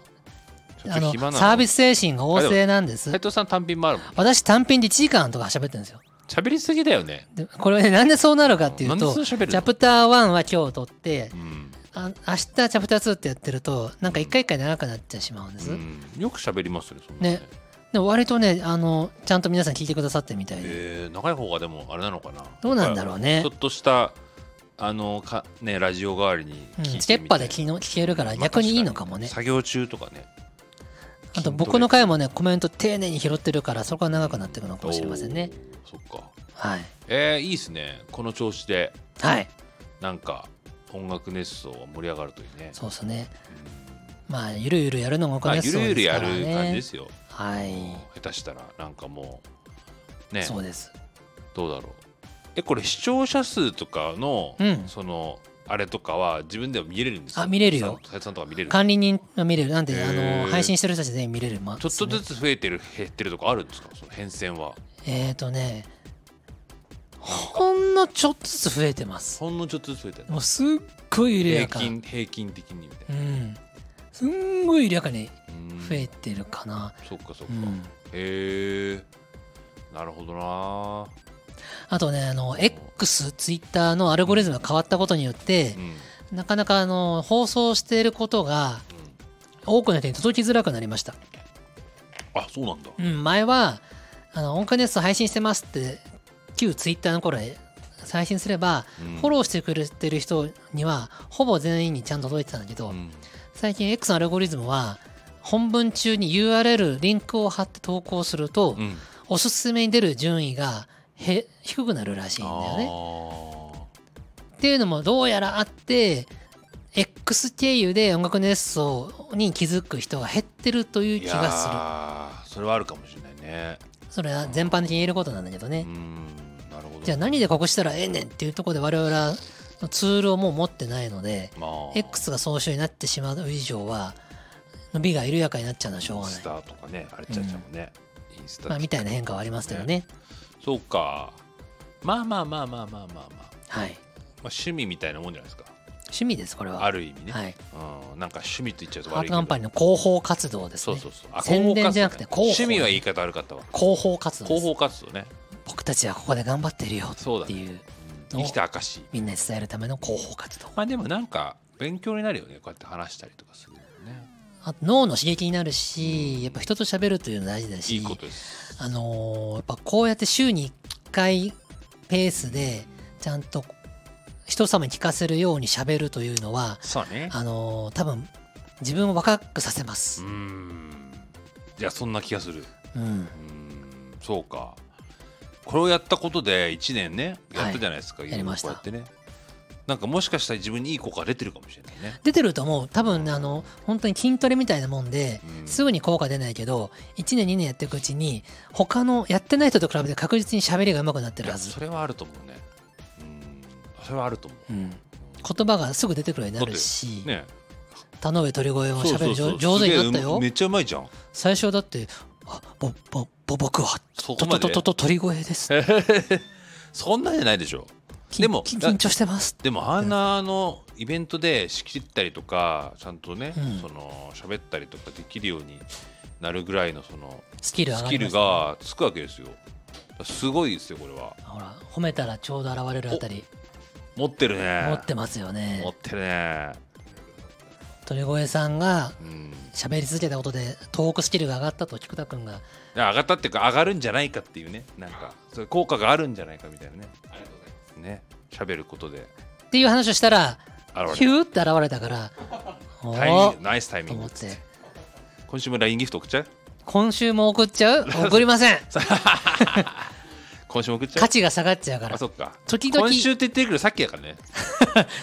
S1: あ
S2: っと
S1: の
S2: 暇な
S1: サービ
S2: ス
S1: ス精神が旺盛なんで
S2: 斉
S1: す
S2: 藤さん単品もあるもん
S1: 私単品で1時間とか喋ってるんですよ
S2: 喋りすぎだよね
S1: でこれねなんでそうなるかっていう
S2: なんで
S1: と
S2: そんな
S1: チ
S2: 喋るの
S1: ャプター1は今日撮って
S2: うん
S1: あ明日チャプター2ってやってるとなんか一回一回長くなっちゃしまうんです、
S2: うんよく喋りますねそんな
S1: ねでも割とねあのちゃんと皆さん聞いてくださってるみたいで、
S2: えー長い方がでもあれなのかな
S1: どうなんだろう
S2: や
S1: ね
S2: っぱちょっとしたあのかねラジオ代わりに
S1: う
S2: 聞い
S1: ん、
S2: てみたいな
S1: ステッパーで聞の聞けるから
S2: まあ
S1: 逆にいいのかもね
S2: 確、に作業中とかね
S1: あ、と僕の回もねコメント丁寧に拾ってるからそこは長くなっていくのかもしれませんね
S2: おーそっか
S1: はい
S2: えー、いいですねこの調子で
S1: はい
S2: なんか音楽熱奏は盛り上がるといいね
S1: そうですねまあゆるゆるやるのがお
S2: まあ
S1: 金
S2: ゆ
S1: そう
S2: るゆる
S1: です
S2: や
S1: か
S2: る
S1: ら
S2: 感じで
S1: ね
S2: すよ、
S1: は
S2: うん
S1: い
S2: 下手したらなんかもうね
S1: そうです
S2: どうだろうえこれ視聴者数とかの、
S1: うん
S2: そのあれとかは自分では見れるんですか
S1: あ見れるよ
S2: 斉藤さんとか見れるちょっ
S1: 管理人が見れるなんで、
S2: へ
S1: あ
S2: ー
S1: の配信してる人たち全員見れるま
S2: とず
S1: つ
S2: つ増えてる減ってるとかあるんですかその変遷は
S1: えーとねほんのちょっとずつ増えてます
S2: ほんのちょっとずつ増えてる
S1: もうすっごい緩
S2: 平
S1: やか
S2: 均平均的にみた
S1: う
S2: いな、
S1: んすんごい緩やかに
S2: うん
S1: 増えてるかな
S2: そっかそっか、
S1: うん
S2: へえなるほどな
S1: あとねあの X ツイッターのアルゴリズムが変わったことによって
S2: うん、うん
S1: なかなかあの放送していることが多くの人に届きづらくなりました
S2: あそうなんだ、
S1: うん、前はあの音楽ネスト配信してますって旧ツイッターの頃へ配信すれば、
S2: うん
S1: フォローしてくれてる人にはほぼ全員にちゃんと届いてたんだけど、
S2: うん
S1: 最近 X のアルゴリズムは本文中に URL リンクを貼って投稿すると、
S2: うん
S1: おすすめに出る順位がへ低くなるらしいんだよね。っていうのもどうやらあって X 経由で音楽熱奏に気づく人が減ってるという
S2: い
S1: 気がする
S2: やーそれはあるかもしれないね
S1: それは全般的に言えることなんだけど
S2: う
S1: ね、
S2: んなるほど
S1: じゃあ何でここしたらええねんっていうところで我々はツールをもう持ってないので
S2: まあ
S1: X が総称になってしまう以上は伸びが緩やかになっちゃうのはしょうが
S2: イン
S1: な
S2: ス
S1: い、
S2: タとかねあれちゃうちゃうもんね、インスタ
S1: まあ、みたいな変化はありますけどね
S2: そうかまあまあまあまあまあまあまあ、ま
S1: はい
S2: あ、趣味みたいなもんじゃないですか
S1: 趣味ですこれは
S2: ある意味ね、
S1: はい、
S2: うん、なんか趣味と言っちゃうと
S1: ハー
S2: 悪い
S1: ト
S2: け
S1: カン
S2: ど
S1: パニーの広報活動です
S2: そ
S1: ね
S2: うそうそうあ
S1: 宣伝じゃなくて
S2: 広報活動ね
S1: 広報
S2: 趣味は言い方悪かったわ
S1: 広報活動で
S2: 広
S1: す
S2: 報活動ね
S1: 僕たちはここで頑張ってるよ
S2: そう
S1: っ
S2: だ
S1: て
S2: ね
S1: いう
S2: うん生きた証
S1: みんなに伝えるための広報活動
S2: まあでもなんか勉強になるよねこうやって話したりとかするのね
S1: あと脳の刺激になる
S2: う
S1: し
S2: ん
S1: やっぱ人と喋るというの大事だし
S2: いいことです
S1: あのーやっぱこうやって週に1回ペースでちゃんと人様に聞かせるように喋るというのは
S2: そうね
S1: あのー多分自分を若くさせま
S2: う
S1: す
S2: ー、んいやそんな気がする
S1: うん
S2: う、ーんそうかこれをやったことで1年ねやったじゃないですか、いろい
S1: や
S2: ろ
S1: りました
S2: こうやってねなんかもしかしたら自分にいい効果が出てるかもしれないね
S1: 出てると思う多分ねあの本当に筋トレみたいなもんで
S2: うん
S1: すぐに効果出ないけど1年2年やっていくうちに他のやってない人と比べて確実に喋りが上手くなって
S2: い
S1: るは
S2: や
S1: ず
S2: そ、れはあると思うねうんそれはあると思う
S1: うん、言葉がすぐ出てくるようになるし、
S2: ね
S1: 田上鳥越も喋る
S2: そうそうそう
S1: 上手になった
S2: すげえう
S1: よ
S2: めっちゃうまいじゃん
S1: 最初だって「あぼぼぼ僕は
S2: そ
S1: と
S2: こま
S1: と
S2: で
S1: とと鳥越です」
S2: [LAUGHS] そんなじゃないでしょ
S1: き
S2: でも
S1: き緊張してます」
S2: でもあんなあのイベントで仕切ったりとかちゃんとね、
S1: うん
S2: その喋ったりとかできるようになるぐらいのその
S1: スキル上
S2: ス
S1: がり
S2: キル
S1: ます
S2: がつくわけですよすごいですよこれは
S1: ほら褒めたらちょうど現れるあたり
S2: 持ってるね
S1: 持ってますよ
S2: 持
S1: ね
S2: ってるね
S1: 鳥越さんが
S2: うん
S1: 喋り続けたことでトークスキルが上がったと菊田君が
S2: いや上がったっていうか上がるんじゃないかっていうねなんかそれ効果があるんじゃないかみたいなねありがとうございますね喋ることで
S1: っていう話をしたら
S2: 現
S1: ヒ
S2: れる
S1: ューって現れたからお
S2: タイミン
S1: お
S2: グナイスタイミ
S1: と
S2: ン
S1: 思
S2: グ
S1: って
S2: 今週も LINE ギフト送っちゃう
S1: 今週も送っちゃう送りません
S2: 今週も送っちゃ
S1: 価
S2: う
S1: 値が下がっちゃうから
S2: あそっか
S1: 時々
S2: 今週って言ってるけどさっきだからね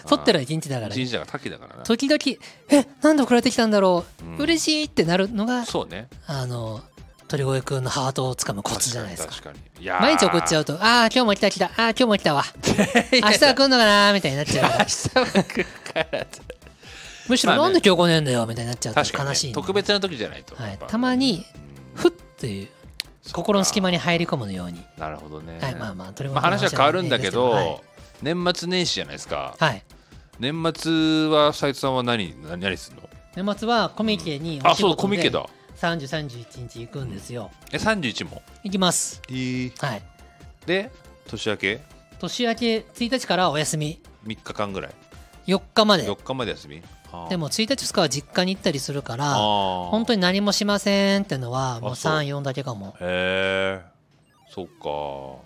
S1: 取ってる一日だから
S2: 神社がさっきだからな
S1: 時々「えなんで送られてきたんだろう、
S2: うん
S1: 嬉しい」ってなるのが
S2: そうね
S1: あの鳥越くんのハートをつかむコツじゃないですか
S2: 確かに確かにいや
S1: 毎日送っちゃ
S2: [LAUGHS] う
S1: うと「ああ今日も来た来たああ今日も来たわ
S2: [LAUGHS]
S1: 明日は来んのかな」みたいになっちゃうからむしろ「
S2: まあ
S1: な
S2: ね
S1: んで今日来ねえんだよ」みたいになっちゃうと
S2: 確かに
S1: 悲
S2: ね
S1: しいんで、
S2: 特別な時じゃないと
S1: はい
S2: やっぱ
S1: たまに
S2: うん
S1: ふっという心の隙間に入り込むように、
S2: なるほどね
S1: はいまあまあ鳥越
S2: まあ、
S1: くんの
S2: 話は変わるんだけど、
S1: はい
S2: 年末年始じゃないですか、
S1: はい
S2: 年末は斉藤さんは何何何するの
S1: 年末はコミケに
S2: あそうコミケだ
S1: 3031日行くんですよ、
S2: え31も
S1: 行きます
S2: いい
S1: はい
S2: で年明け
S1: 年明け1日からお休み
S2: 3日間ぐらい
S1: 4日まで
S2: 4日まで休みあー
S1: でも1日2日は実家に行ったりするから
S2: あ
S1: 本当
S2: に
S1: に何もしませんってのはもう
S2: あそう
S1: 34だけかも
S2: へえそうか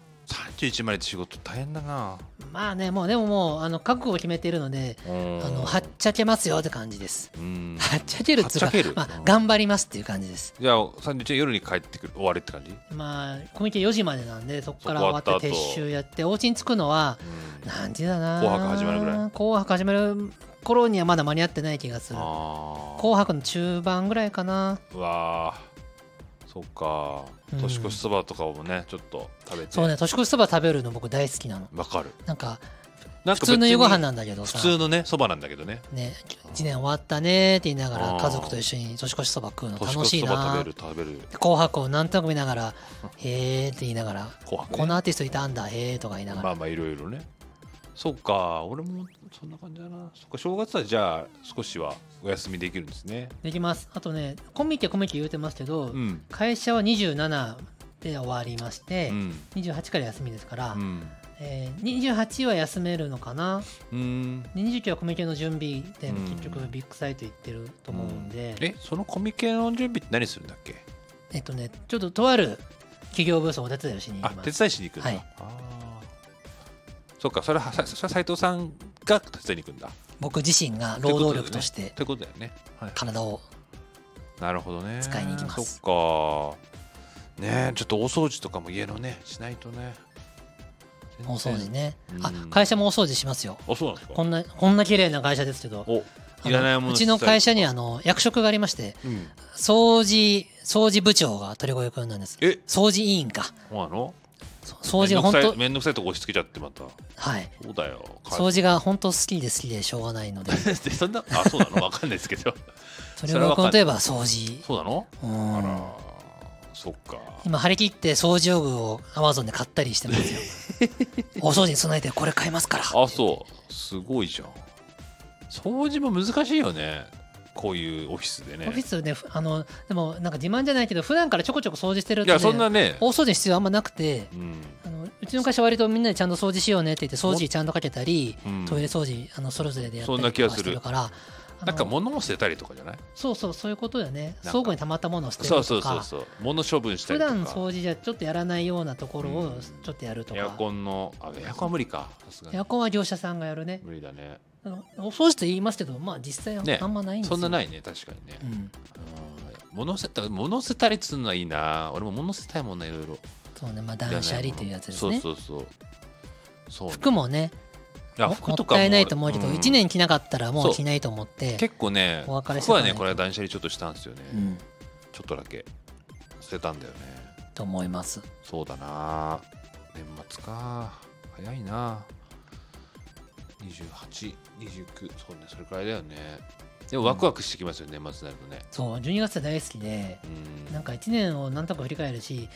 S2: 31までって仕事大変だな
S1: まあねもうでももうあの覚悟を決めているので
S2: あ
S1: あのはっちゃけますよって感じです
S2: うん
S1: はっちゃけるっつう
S2: は
S1: か
S2: っちゃける、
S1: ま
S2: う
S1: あ、
S2: ん
S1: 頑張りますっていう感じです
S2: じゃあ31夜に帰ってくる終わりって感じ、うん、
S1: まあコミケ4時までなんでそこから
S2: そこ
S1: 終わ
S2: 終わ
S1: っ
S2: った
S1: て
S2: 後
S1: 撤収やってお家に着くのは何時だな
S2: 紅白始まるぐらい
S1: 紅白始まる頃にはまだ間に合ってない気がする
S2: あー
S1: 紅白の中盤ぐらいかな
S2: うわあそっか
S1: うん
S2: 年越しそばとかもねちょっと食べて
S1: そうね年越しそば食べるの僕大好きなの
S2: わかる
S1: なんか
S2: なん
S1: 普
S2: か
S1: 通の夕ご飯
S2: ん
S1: なんだけど
S2: 普
S1: さ
S2: 通のねそばなんだけどね
S1: ね、1年終わったねって言いながら
S2: うん
S1: 家族と一緒に年越しそば食うの
S2: 年
S1: 楽
S2: 越
S1: しい
S2: しそば
S1: な
S2: 食べる食べる
S1: 紅白をなんとなく見ながら「へえ」って言いながら
S2: 紅
S1: 「こ
S2: 白、
S1: の
S2: ね、
S1: アーティストいたんだへえ」とか言いなが
S2: ま
S1: ら
S2: あまあいろいろねそうか俺もそんな感じだなそっか正月はじゃあ少しはお休みできるんですね
S1: できますあとねコミケコミケ言うてますけど
S2: うん
S1: 会社は27で終わりまし
S2: う
S1: て
S2: ん
S1: 28から休みですから
S2: うん
S1: えー28は休めるのかな
S2: うん
S1: で29はコミケの準備で
S2: うん
S1: 結局ビッグサイト行ってると思うんで
S2: えそのコミケの準備って何するんだっけ
S1: えっとねちょっととある企業ブースをお手伝いをしに行
S2: あ
S1: きま
S2: 手
S1: す
S2: 伝いしに行くんだ、
S1: はい
S2: あーそっかそれはさそれは斉藤さんが手伝いに行くんだ
S1: 僕自身が労働力として
S2: ってことだよね、はい
S1: 体を
S2: なるほどね
S1: 使いに行きます
S2: そっかねえちょっと大掃除とかも家のねしないとね全然
S1: お掃除ね
S2: う。ん
S1: あ、会社もお掃除しますよ。
S2: あそうなんですか
S1: こんな、こんな綺麗な会社ですけど。
S2: お
S1: あの
S2: いらないもの
S1: うちの会社に
S2: は、
S1: あの、役職がありまして、
S2: うん、
S1: 掃除、掃除部長が鳥越くんなんです。
S2: え
S1: 掃除委員か。
S2: そうなの
S1: そ掃除が
S2: め
S1: 本
S2: んどくさ
S1: 当
S2: いめんどくさいとこ押し付けちゃってまた
S1: はい。
S2: そうだよ
S1: 掃
S2: 除
S1: 除が本当好きで好きでしょうがないの
S2: [LAUGHS]
S1: で、 [LAUGHS]
S2: そんなあそうなのわかんないですけど
S1: 鳥越くんといえば掃除。
S2: そうなの
S1: う
S2: あ
S1: ん。
S2: らそっか
S1: 今張り切って掃除用具を Amazon で買ったりしてますよ。
S2: [LAUGHS]
S1: お掃除に備えてこれ買いますから。
S2: あそうすごいじゃん掃除も難しいよねこういうオフィスでね
S1: オフィスね、ふあの、でもなんか自慢じゃないけど、普段からちょこちょこ掃除してると、
S2: い
S1: ね、
S2: やそんなね
S1: 大掃除の必要あんまなくて、
S2: うん
S1: あのうちの会社割とみんなでちゃんと掃除しようねって言って掃除機ちゃんとかけたり、
S2: うん
S1: トイレ掃除あのそれぞれでやった
S2: そんな
S1: り
S2: 気
S1: と
S2: が
S1: か
S2: す
S1: し
S2: る
S1: てるからあの
S2: なんか物も捨てたりとかじゃない
S1: そうそうそういうことだよね
S2: か
S1: 倉庫に溜まったものを捨てる
S2: そ
S1: と
S2: う
S1: か
S2: そうそうそう物処分し
S1: 普
S2: たりとか
S1: 段掃除じゃちょっとやらないようなところ
S2: う
S1: を
S2: ん
S1: ちょっとやるとか、
S2: エアコンのあエアコンは無理かさすがに
S1: エアコンは業者さんがやるね
S2: 無理だね
S1: あのお掃除と言いますけどまあ実際は
S2: ね
S1: あんまないんです
S2: そ
S1: よ、
S2: んなないね確かにね
S1: うん、
S2: うん物捨てた物捨てたりするのはいいな俺も物捨てたいもんないろいろ
S1: そうねまあ断捨離というやつですね
S2: そうそうそうそう
S1: 服もね
S2: いや
S1: も
S2: 服
S1: も
S2: と
S1: っ
S2: かも
S1: たいないと思うけど、
S2: ん
S1: 1年着なかったらも
S2: そうう
S1: 着ないと思って
S2: 結構ね
S1: お別れして
S2: 服は
S1: た
S2: ね
S1: ね
S2: これは断捨離ちょっとしたんですよね、
S1: うん、
S2: ちょっとだけ捨てたんだよね
S1: と思います
S2: そうだな年末か早いな2829そうねそれくらいだよねでもワクワクしてきますよ、年末になるとね
S1: そう12月大好きで
S2: うん
S1: なんか1年を何とか振り返るし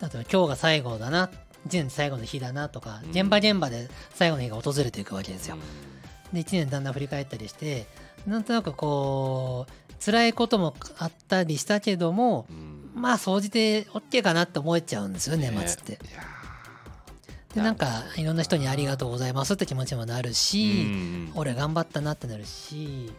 S1: 例えば今日が最後だな1年最後の日だなとか
S2: うん
S1: 現場現場で最後の日が訪れていくわけですよ。
S2: う
S1: で1年だんだん振り返ったりしてなんとなくこう辛いこともあったりしたけども
S2: ん
S1: まあ掃除で OK かなって思えちゃうんですよ年末って。
S2: ねいやー
S1: でなんかいろんな人にありがとうございますって気持ちもなるし、
S2: うん
S1: 俺頑張ったなってなるし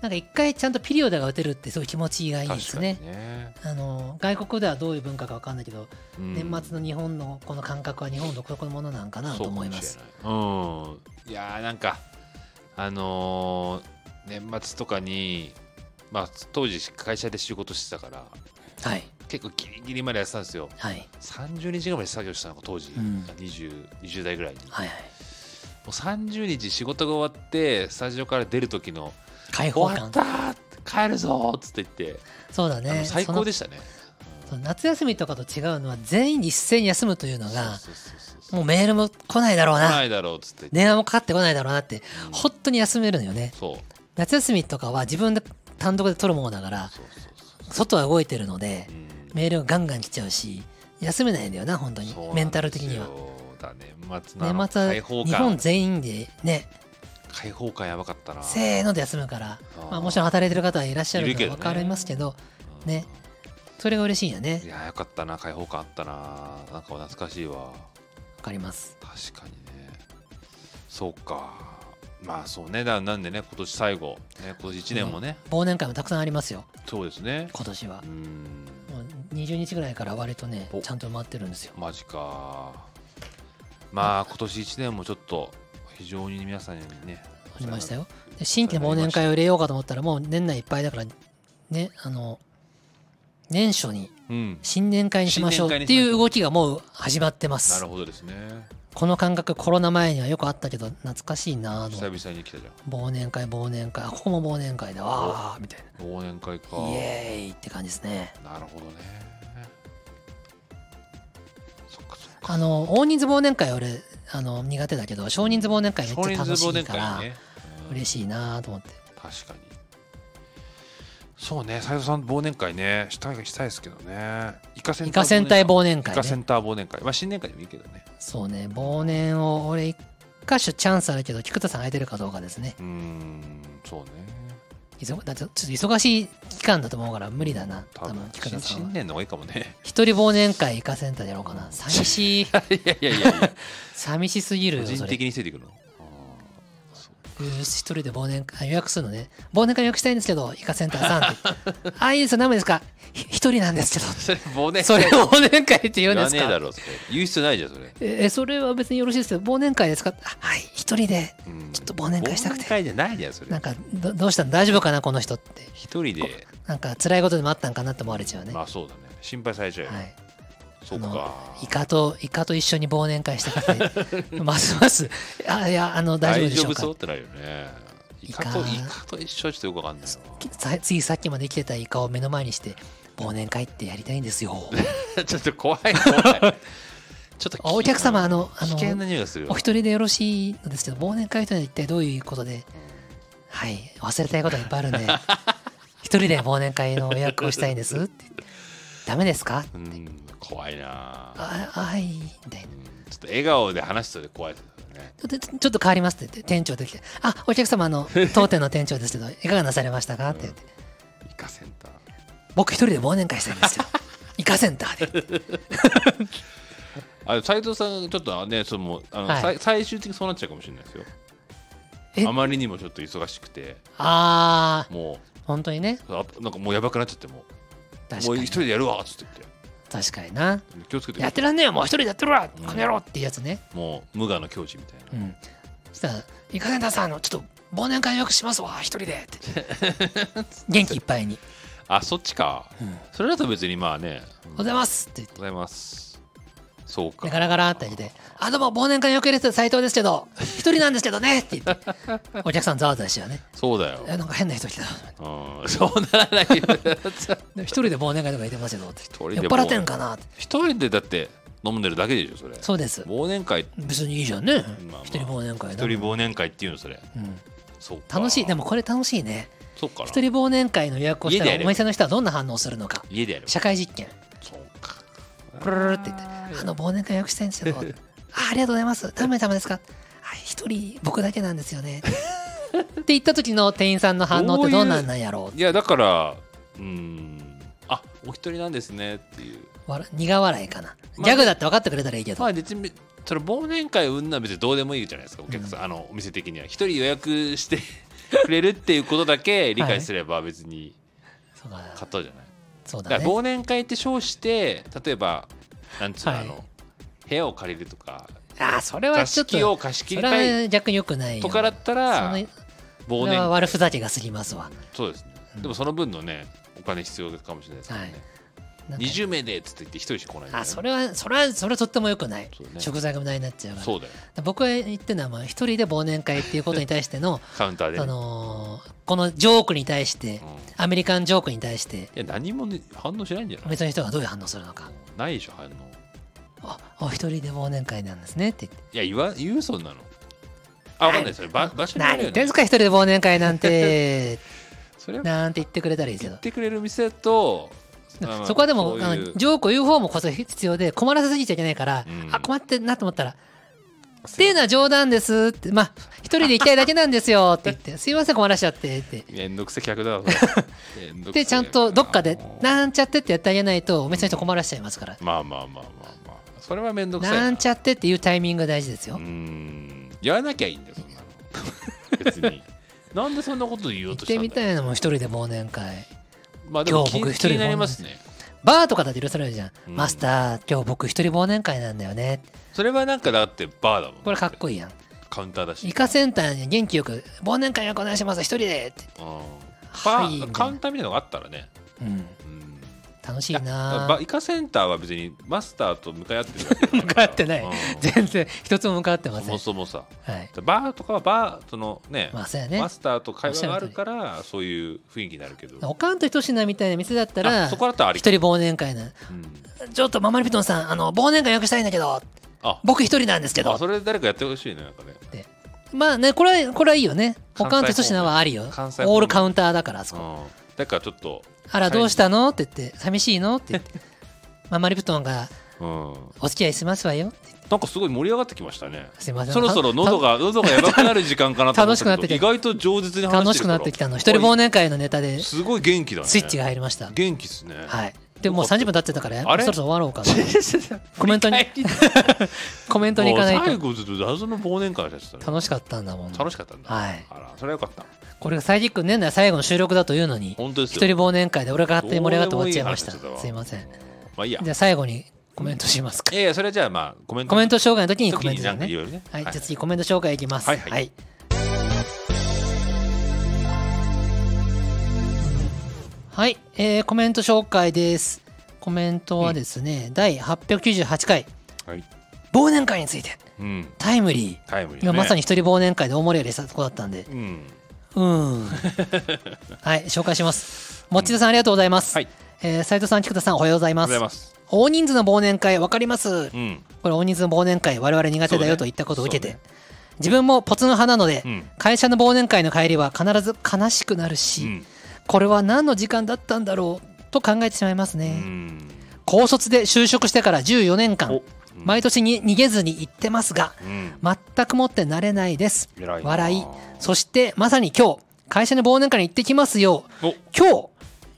S1: なんか一回ちゃんとピリオドが打てるってすごい気持ちがいいで
S2: 確
S1: す
S2: かに
S1: ね。
S2: ね
S1: あの外国ではどういう文化か分かんないけど、
S2: うん
S1: 年末の日本のこの感覚は日本独特のものなんかなと思います。
S2: そうかもしれないうん、いやーなんかあのー年末とかに、まあ、当時会社で仕事してたから
S1: はい
S2: 結構ギリギリまでやってたんですよ
S1: はい
S2: 30日ぐらいまで作業してたの当時、
S1: うん
S2: 二十 20, 20代ぐらいにも
S1: はいはいう
S2: 30日仕事が終わってスタジオから出る時の
S1: 開
S2: 「
S1: 放
S2: 終わっ
S1: 感
S2: たー帰るぞ!」っつって言って、
S1: そうだ
S2: あの
S1: ね
S2: 最高でしたね
S1: そのその夏休みとかと違うのは全員で一斉に休むというのが
S2: そうそうそうそう
S1: もうメールも来ないだろう
S2: 来
S1: な
S2: ないだろうっつって言って、
S1: 電話もかかってこないだろうなって
S2: うん
S1: 本当に休めるのよね
S2: そう
S1: 夏休みとかは自分で単独で取るものだから
S2: そうそうそうそ
S1: 外は動いてるので
S2: う、うん
S1: メールがガンガン来ちゃうし休めないんだよな本当に
S2: そうなん
S1: メンタル的には
S2: ですよだね末のあの
S1: 年末は
S2: 開放
S1: 日
S2: 感
S1: 本全員でね
S2: 開放感やばかったな
S1: せーので休むから
S2: あー
S1: まあ、もちろん働いてる方はいらっしゃ
S2: い
S1: る
S2: る
S1: か
S2: け
S1: ら
S2: ど
S1: 分
S2: ね
S1: かりますけど
S2: うん
S1: ねそれが嬉しいんやね
S2: いやよかったな開放感あったななんか懐かしいわ
S1: 分かります
S2: 確かにねそうかまあそうねだなんでね今年最後、ね、今年1年もね、
S1: 忘年会もたくさんありますよ
S2: そうですね
S1: 今年は
S2: うーん
S1: もう20日ぐらいから割とね
S2: お
S1: ちゃんと埋まってるんですよ
S2: マジかまあ今年1年もちょっと非常に皆さんにね
S1: ありましたよで新規の忘年会を入れようかと思ったらもう年内いっぱいだからねあの年初に
S2: うん
S1: 新年会にしましょうっていう動きがもう始まってま
S2: な
S1: す
S2: るほどですね
S1: この感覚コロナ前にはよくあったけど懐かしいなあの
S2: 久々に来たじゃん
S1: 忘年会忘年会あここも忘年会だわーみたいな
S2: 忘年会か
S1: イエーイって感じですね
S2: なるほどねそっかそっか
S1: あの大人数忘年会俺あの苦手だけど少人数忘年会めっちゃ楽しいから、
S2: ねうん
S1: 嬉しいなと思って
S2: 確かにそうね斉藤さん忘年会ねしたいしたいですけどねイカセ
S1: イ
S2: ン
S1: カ
S2: タ
S1: 戦隊
S2: ー忘
S1: 忘年
S2: 年会
S1: 会
S2: イカセ
S1: ね
S2: ンター忘年会まあ新年会でもいいけどね
S1: そうね忘年を俺一箇所チャンスあるけど菊田さん空いてるかどうかですね
S2: うーんそうね
S1: いそだってちょっと忙しい期間だと思うから無理だな多
S2: 多
S1: 分
S2: 分
S1: 菊田
S2: 新
S1: さん
S2: 新
S1: は
S2: 年の方がいいかもね [LAUGHS]
S1: 一人忘年会イカセンターでやろうかな寂しい
S2: いやいやいやいや
S1: 寂しすぎるよ
S2: 個
S1: そ
S2: 人
S1: れ
S2: 的についていくの
S1: うー一人で忘年会予約するのね忘年会予約したいんですけどイカセンターさんって
S2: [LAUGHS]
S1: あいいですよ何名ですかひ一人なんですけど
S2: それ忘年会
S1: それを忘年会って言うん
S2: 言
S1: で
S2: わ
S1: す
S2: ねえだ
S1: か
S2: ろそれ言う必要ないじゃんそれ
S1: ええそれは別によろしいですけど忘年会ですかあはい一人で
S2: うん
S1: ちょっと忘年会したくて
S2: 忘年会じゃないじゃんそれ
S1: なんかどどうしたの大丈夫かなこの人って
S2: 一人で
S1: なんか辛いことでもあったんかなって思われちゃうね、
S2: まあそうだね心配されちゃうよ、
S1: はい、
S2: そっか
S1: イカとイカと一緒に忘年会したく
S2: [LAUGHS]
S1: てますますあいやあの大丈夫でしょう
S2: そ
S1: か
S2: うってないよねイ
S1: イ
S2: カ
S1: カ
S2: とイカと一緒はちょっとよくわかんないな
S1: さついさっきまで生きてたイカを目の前にして忘年会ってやりたいん
S2: [LAUGHS]
S1: ですよ
S2: ちょっと怖い怖いちょっと
S1: お客様あのあ
S2: 危
S1: の
S2: 険な匂いがするよ
S1: お一人でよろしいのですけど忘年会というのは一体どういうことではい忘れたいことがいっぱいあ
S2: [LAUGHS]
S1: るんで一人で忘年会の予約をしたいんですって言ってダメですか
S2: うん怖いなぁ
S1: あはいみたいな
S2: うんちょっと笑顔で話しそうで怖いですよね
S1: ちょっとちょっと変わりますって言って店長できて「あお客様あ
S2: [LAUGHS]
S1: の当店の店長ですけどいかがなされましたか?」って言って
S2: イカセンター
S1: 「僕一人で忘年会したいん
S2: [LAUGHS]
S1: ですよイカセンターで
S2: あでも斉藤さんちょっとねそのあの、
S1: はい
S2: さい最終的にそうなっちゃうかもしれないですよ
S1: え
S2: あまりにもちょっと忙しくて」
S1: ああ
S2: も
S1: 本当にね
S2: うあなんかもうやばくなっちゃってもう
S1: 確
S2: もう
S1: か
S2: 一
S1: に
S2: 人でやるわっつって言っ
S1: 確かにな
S2: て気をつけて
S1: やってらんねえよもう一人でやってるわこの野郎っていうやつね
S2: もう無我の境地みたいな
S1: うんそしたら「イカセンターさんあのちょっと忘年会予約しますわ一人で」って
S2: [LAUGHS]
S1: 元気いっぱいに
S2: あそっちか、
S1: ん
S2: それだと別にまあ
S1: 「お
S2: ね
S1: はよう
S2: お
S1: ございます」って言って
S2: ございますそうか
S1: でガラガラって開けて「あどうも忘年会予約入れてた斉藤ですけど一人なんですけどね」って言ってお客さんざわざわしちゃうね
S2: そうだよ、
S1: えなんか変な人来た。
S2: うん、そうならないよ
S1: 一
S2: [LAUGHS]
S1: 人で忘年会とかいてますけどって。
S2: 人で
S1: 酔っ払ってんかなって。
S2: 一人でだって飲んでるだけでしょそれ
S1: そうです。
S2: 忘年会
S1: 別にいいじゃんね
S2: まあ。
S1: 一人忘年会
S2: 一
S1: だも
S2: 人
S1: ん。
S2: 忘年会っていうのそれ
S1: うん
S2: そうか
S1: 楽しい。でもこれ楽しいね。
S2: そうかな
S1: 一人忘年会の予約をした
S2: 家でや
S1: ら
S2: れ
S1: お
S2: ば
S1: 店の人はどんな反応するのか。
S2: 家でやる
S1: 社会実験。
S2: そうか
S1: プルルルって言って。あの忘年会予約したいんですけど。あ
S2: [LAUGHS]
S1: ありがとうございます。何名様ですかはい、一人僕だけなんですよね。って言った時の店員さんの反応ってどうなんなんやろう
S2: いやだからうーんあお一人なんですねっていう
S1: わら苦笑いかな。
S2: まあ
S1: ギャグだって分かってくれたらいいけど
S2: ま。あ別にそれ忘年会うんな別にどうでもいいじゃないですかお客さん、あのお店的には一人予約してくれるっていうことだけ理解すれば別に
S1: そうか
S2: 買ったじゃない、
S1: そう
S2: だ
S1: だ
S2: か
S1: ね
S2: ら。忘年会って称して例えばなんつうの、
S1: はい
S2: あの部屋を借りるとか
S1: ああ、それは
S2: 座
S1: ちょっ
S2: 敷
S1: と
S2: を。貸し切
S1: そ
S2: り
S1: れは
S2: たい
S1: ね逆に良くないよ。
S2: とかだった
S1: そ
S2: ら
S1: のこ
S2: 忘
S1: れは
S2: 年
S1: 悪ふざけが過ぎますわ。
S2: そうですね、
S1: うん
S2: でもその分のねお金必要かもしれないですから
S1: は
S2: ね、
S1: いなんか
S2: 20名でっつって言って一人しか来ないんだよね、
S1: あそれはそれはそれはとっても良くない
S2: そうね
S1: 食材が無駄になっちゃうから
S2: そうだよ
S1: 僕が言ってるのはまあ一人で忘年会っていうことに対して
S2: [LAUGHS]
S1: の、
S2: カウンターでね、
S1: あのーこのジョークに対して
S2: うん
S1: アメリカンジョークに対して
S2: いや何も、ね、反応しないんじゃない
S1: 別の人がどういう反応するのか
S2: ないでしょ反応
S1: 「あお一人で忘年会なんですね」って言って
S2: いや言わ言うそんなのあわかんないそれば
S1: 「
S2: 場所によ
S1: 何言
S2: るよ
S1: ってん
S2: ね
S1: すか一人で忘年会なんて [LAUGHS]
S2: それ」は
S1: なんて言ってくれたらいいけ
S2: 言っ
S1: ど
S2: てくれる店とまあ
S1: そこはでも
S2: そう
S1: あ
S2: い
S1: の
S2: う
S1: ジョークを言う方もこそ必要で困らせすぎちゃいけないから、
S2: うん
S1: あ困ってんなと思ったらっていうのは冗談ですって、まあ、一人で行きたいだけなんです
S2: [LAUGHS]
S1: よって言って、すいません、困らしちゃってって。
S2: めんどくせえ客だわそれ
S1: [LAUGHS]
S2: めんどくせえ
S1: で、ちゃんとどっかで、
S2: な
S1: なんちゃってってやってあげないと、お店の人困らしちゃいますから。
S2: まあまあまあまあまあそれはめんどくさい
S1: なんち
S2: ゃ
S1: ゃってっていうタイミングが大事ですよ
S2: うー。んやらなきゃいいんだよそんなの別
S1: [LAUGHS]
S2: になんでそんなこと言お
S1: 行
S2: う
S1: っ
S2: とした
S1: て
S2: んだよ
S1: みたいのも一人で忘年会。
S2: まあでも気
S1: 今日僕一人
S2: 気
S1: で
S2: になりますね
S1: バーとかだって許されるじゃん。
S2: うん
S1: マスター、今日僕一人忘年会なんだよね。
S2: それはなんかだってバーだもんね
S1: これかっこいいやん。
S2: カウンターだし
S1: イカセンターに元気よく、忘年会よくお願いします、一人でって。
S2: うん
S1: は
S2: バ
S1: いみたい
S2: ー
S1: な
S2: カウンターみたいなのがあったらね、
S1: うん、
S2: うん、
S1: 楽しい
S2: だから
S1: な
S2: バイカセンターは別にマスターと向かい合ってるわけじ
S1: [LAUGHS]
S2: ゃ
S1: 向かってない
S2: うん。
S1: 全然、一つも向かってませ
S2: そも
S1: ん。
S2: そもさ
S1: はい。
S2: バーとかはバーそのね,、
S1: まあ、そうやね
S2: マ。スターと会話があるからそういう雰囲気になるけど
S1: おかんと一品みたいな店だった
S2: あ
S1: ら
S2: そこだったらあり
S1: 一人忘年会な
S2: うん
S1: ちょっとママリピトンさんあの忘年会予約したいんだけど
S2: あ
S1: 僕一人なんですけ
S2: あ
S1: ど
S2: それ誰かやってほしいねなんかね
S1: まあねこれはこれはいいよねお
S2: 関西
S1: かんと一品はありよオ
S2: 関西方面
S1: ールカウンターだからあそこ
S2: うんだからちょっと、
S1: あらどうしたのって言って寂しいのって言って
S2: [LAUGHS]
S1: ママリピトンが
S2: うん、
S1: お付き合いしますわよって
S2: なんかすごい盛り上がってきましたね
S1: すいません
S2: そろそろ喉が喉がやばくなる時間かなと思っ
S1: 楽し
S2: たけど
S1: くなってきた
S2: 意外と饒舌に話してるから
S1: 楽しくなってきたの一人忘年会のネタです
S2: ごい元気だね
S1: スイッチが入りました
S2: 元気っすね
S1: はいでもう30分経ってたから
S2: あれ
S1: そろそろ終わろう
S2: [LAUGHS]
S1: かなコメントにコメントに行かな
S2: もう最
S1: いと
S2: 後ずっと謎の忘年会でしたね
S1: 楽しかったんだもん
S2: 楽しかったんだ
S1: はい
S2: あらそれはよかった
S1: これが最近年内最後の収録だというのに
S2: 本当です
S1: 一
S2: よ
S1: 人忘年会で俺が勝手に盛り上がって
S2: どう
S1: 終わっち
S2: で
S1: ゃい
S2: も
S1: ました。
S2: 話だわ
S1: すいません。
S2: まあいいや
S1: じゃあ最後にコメントしますか
S2: い。やいやそれじゃあまあコメント
S1: コメント紹介の時にコ
S2: 時
S1: メン
S2: に
S1: ト
S2: な
S1: だ
S2: んかい
S1: ね。
S2: ろいろね
S1: はい、じゃあ次コメント紹介いきます。
S2: は
S1: はい
S2: はい
S1: い。はい、えーコメント紹介です。コメントはですね、第898回
S2: はい
S1: 忘年会について
S2: うん、
S1: タイムリ
S2: タイムリー
S1: ー
S2: だ
S1: が
S2: ね
S1: まさに一人忘年会で大盛り上がりしたとこだったんで
S2: うん、
S1: うんはい紹介します持田さんありがとうございます、
S2: はい
S1: えー斉藤さん菊田さんおはようござい
S2: ありがとう
S1: ま
S2: ご
S1: す
S2: ざいます
S1: 大人数の忘年会わかります、
S2: うん
S1: これ大人数の忘年会我々苦手だ
S2: そう
S1: よ
S2: ね
S1: と言ったことを受けて、
S2: そうね
S1: 自分もポツン派なので、
S2: うん
S1: 会社の忘年会の帰りは必ず悲しくなる
S2: う
S1: し、
S2: ん
S1: これは何の時間だったんだろうと考えてしまいます
S2: う
S1: ね、
S2: ん
S1: 高卒で就職してから14年間
S2: お
S1: 毎年に逃げずに行ってますが
S2: うん
S1: 全くもって慣れないです
S2: 偉いな
S1: 笑いそしてまさに今日会社の忘年会に行ってきますよ
S2: おこ
S1: 今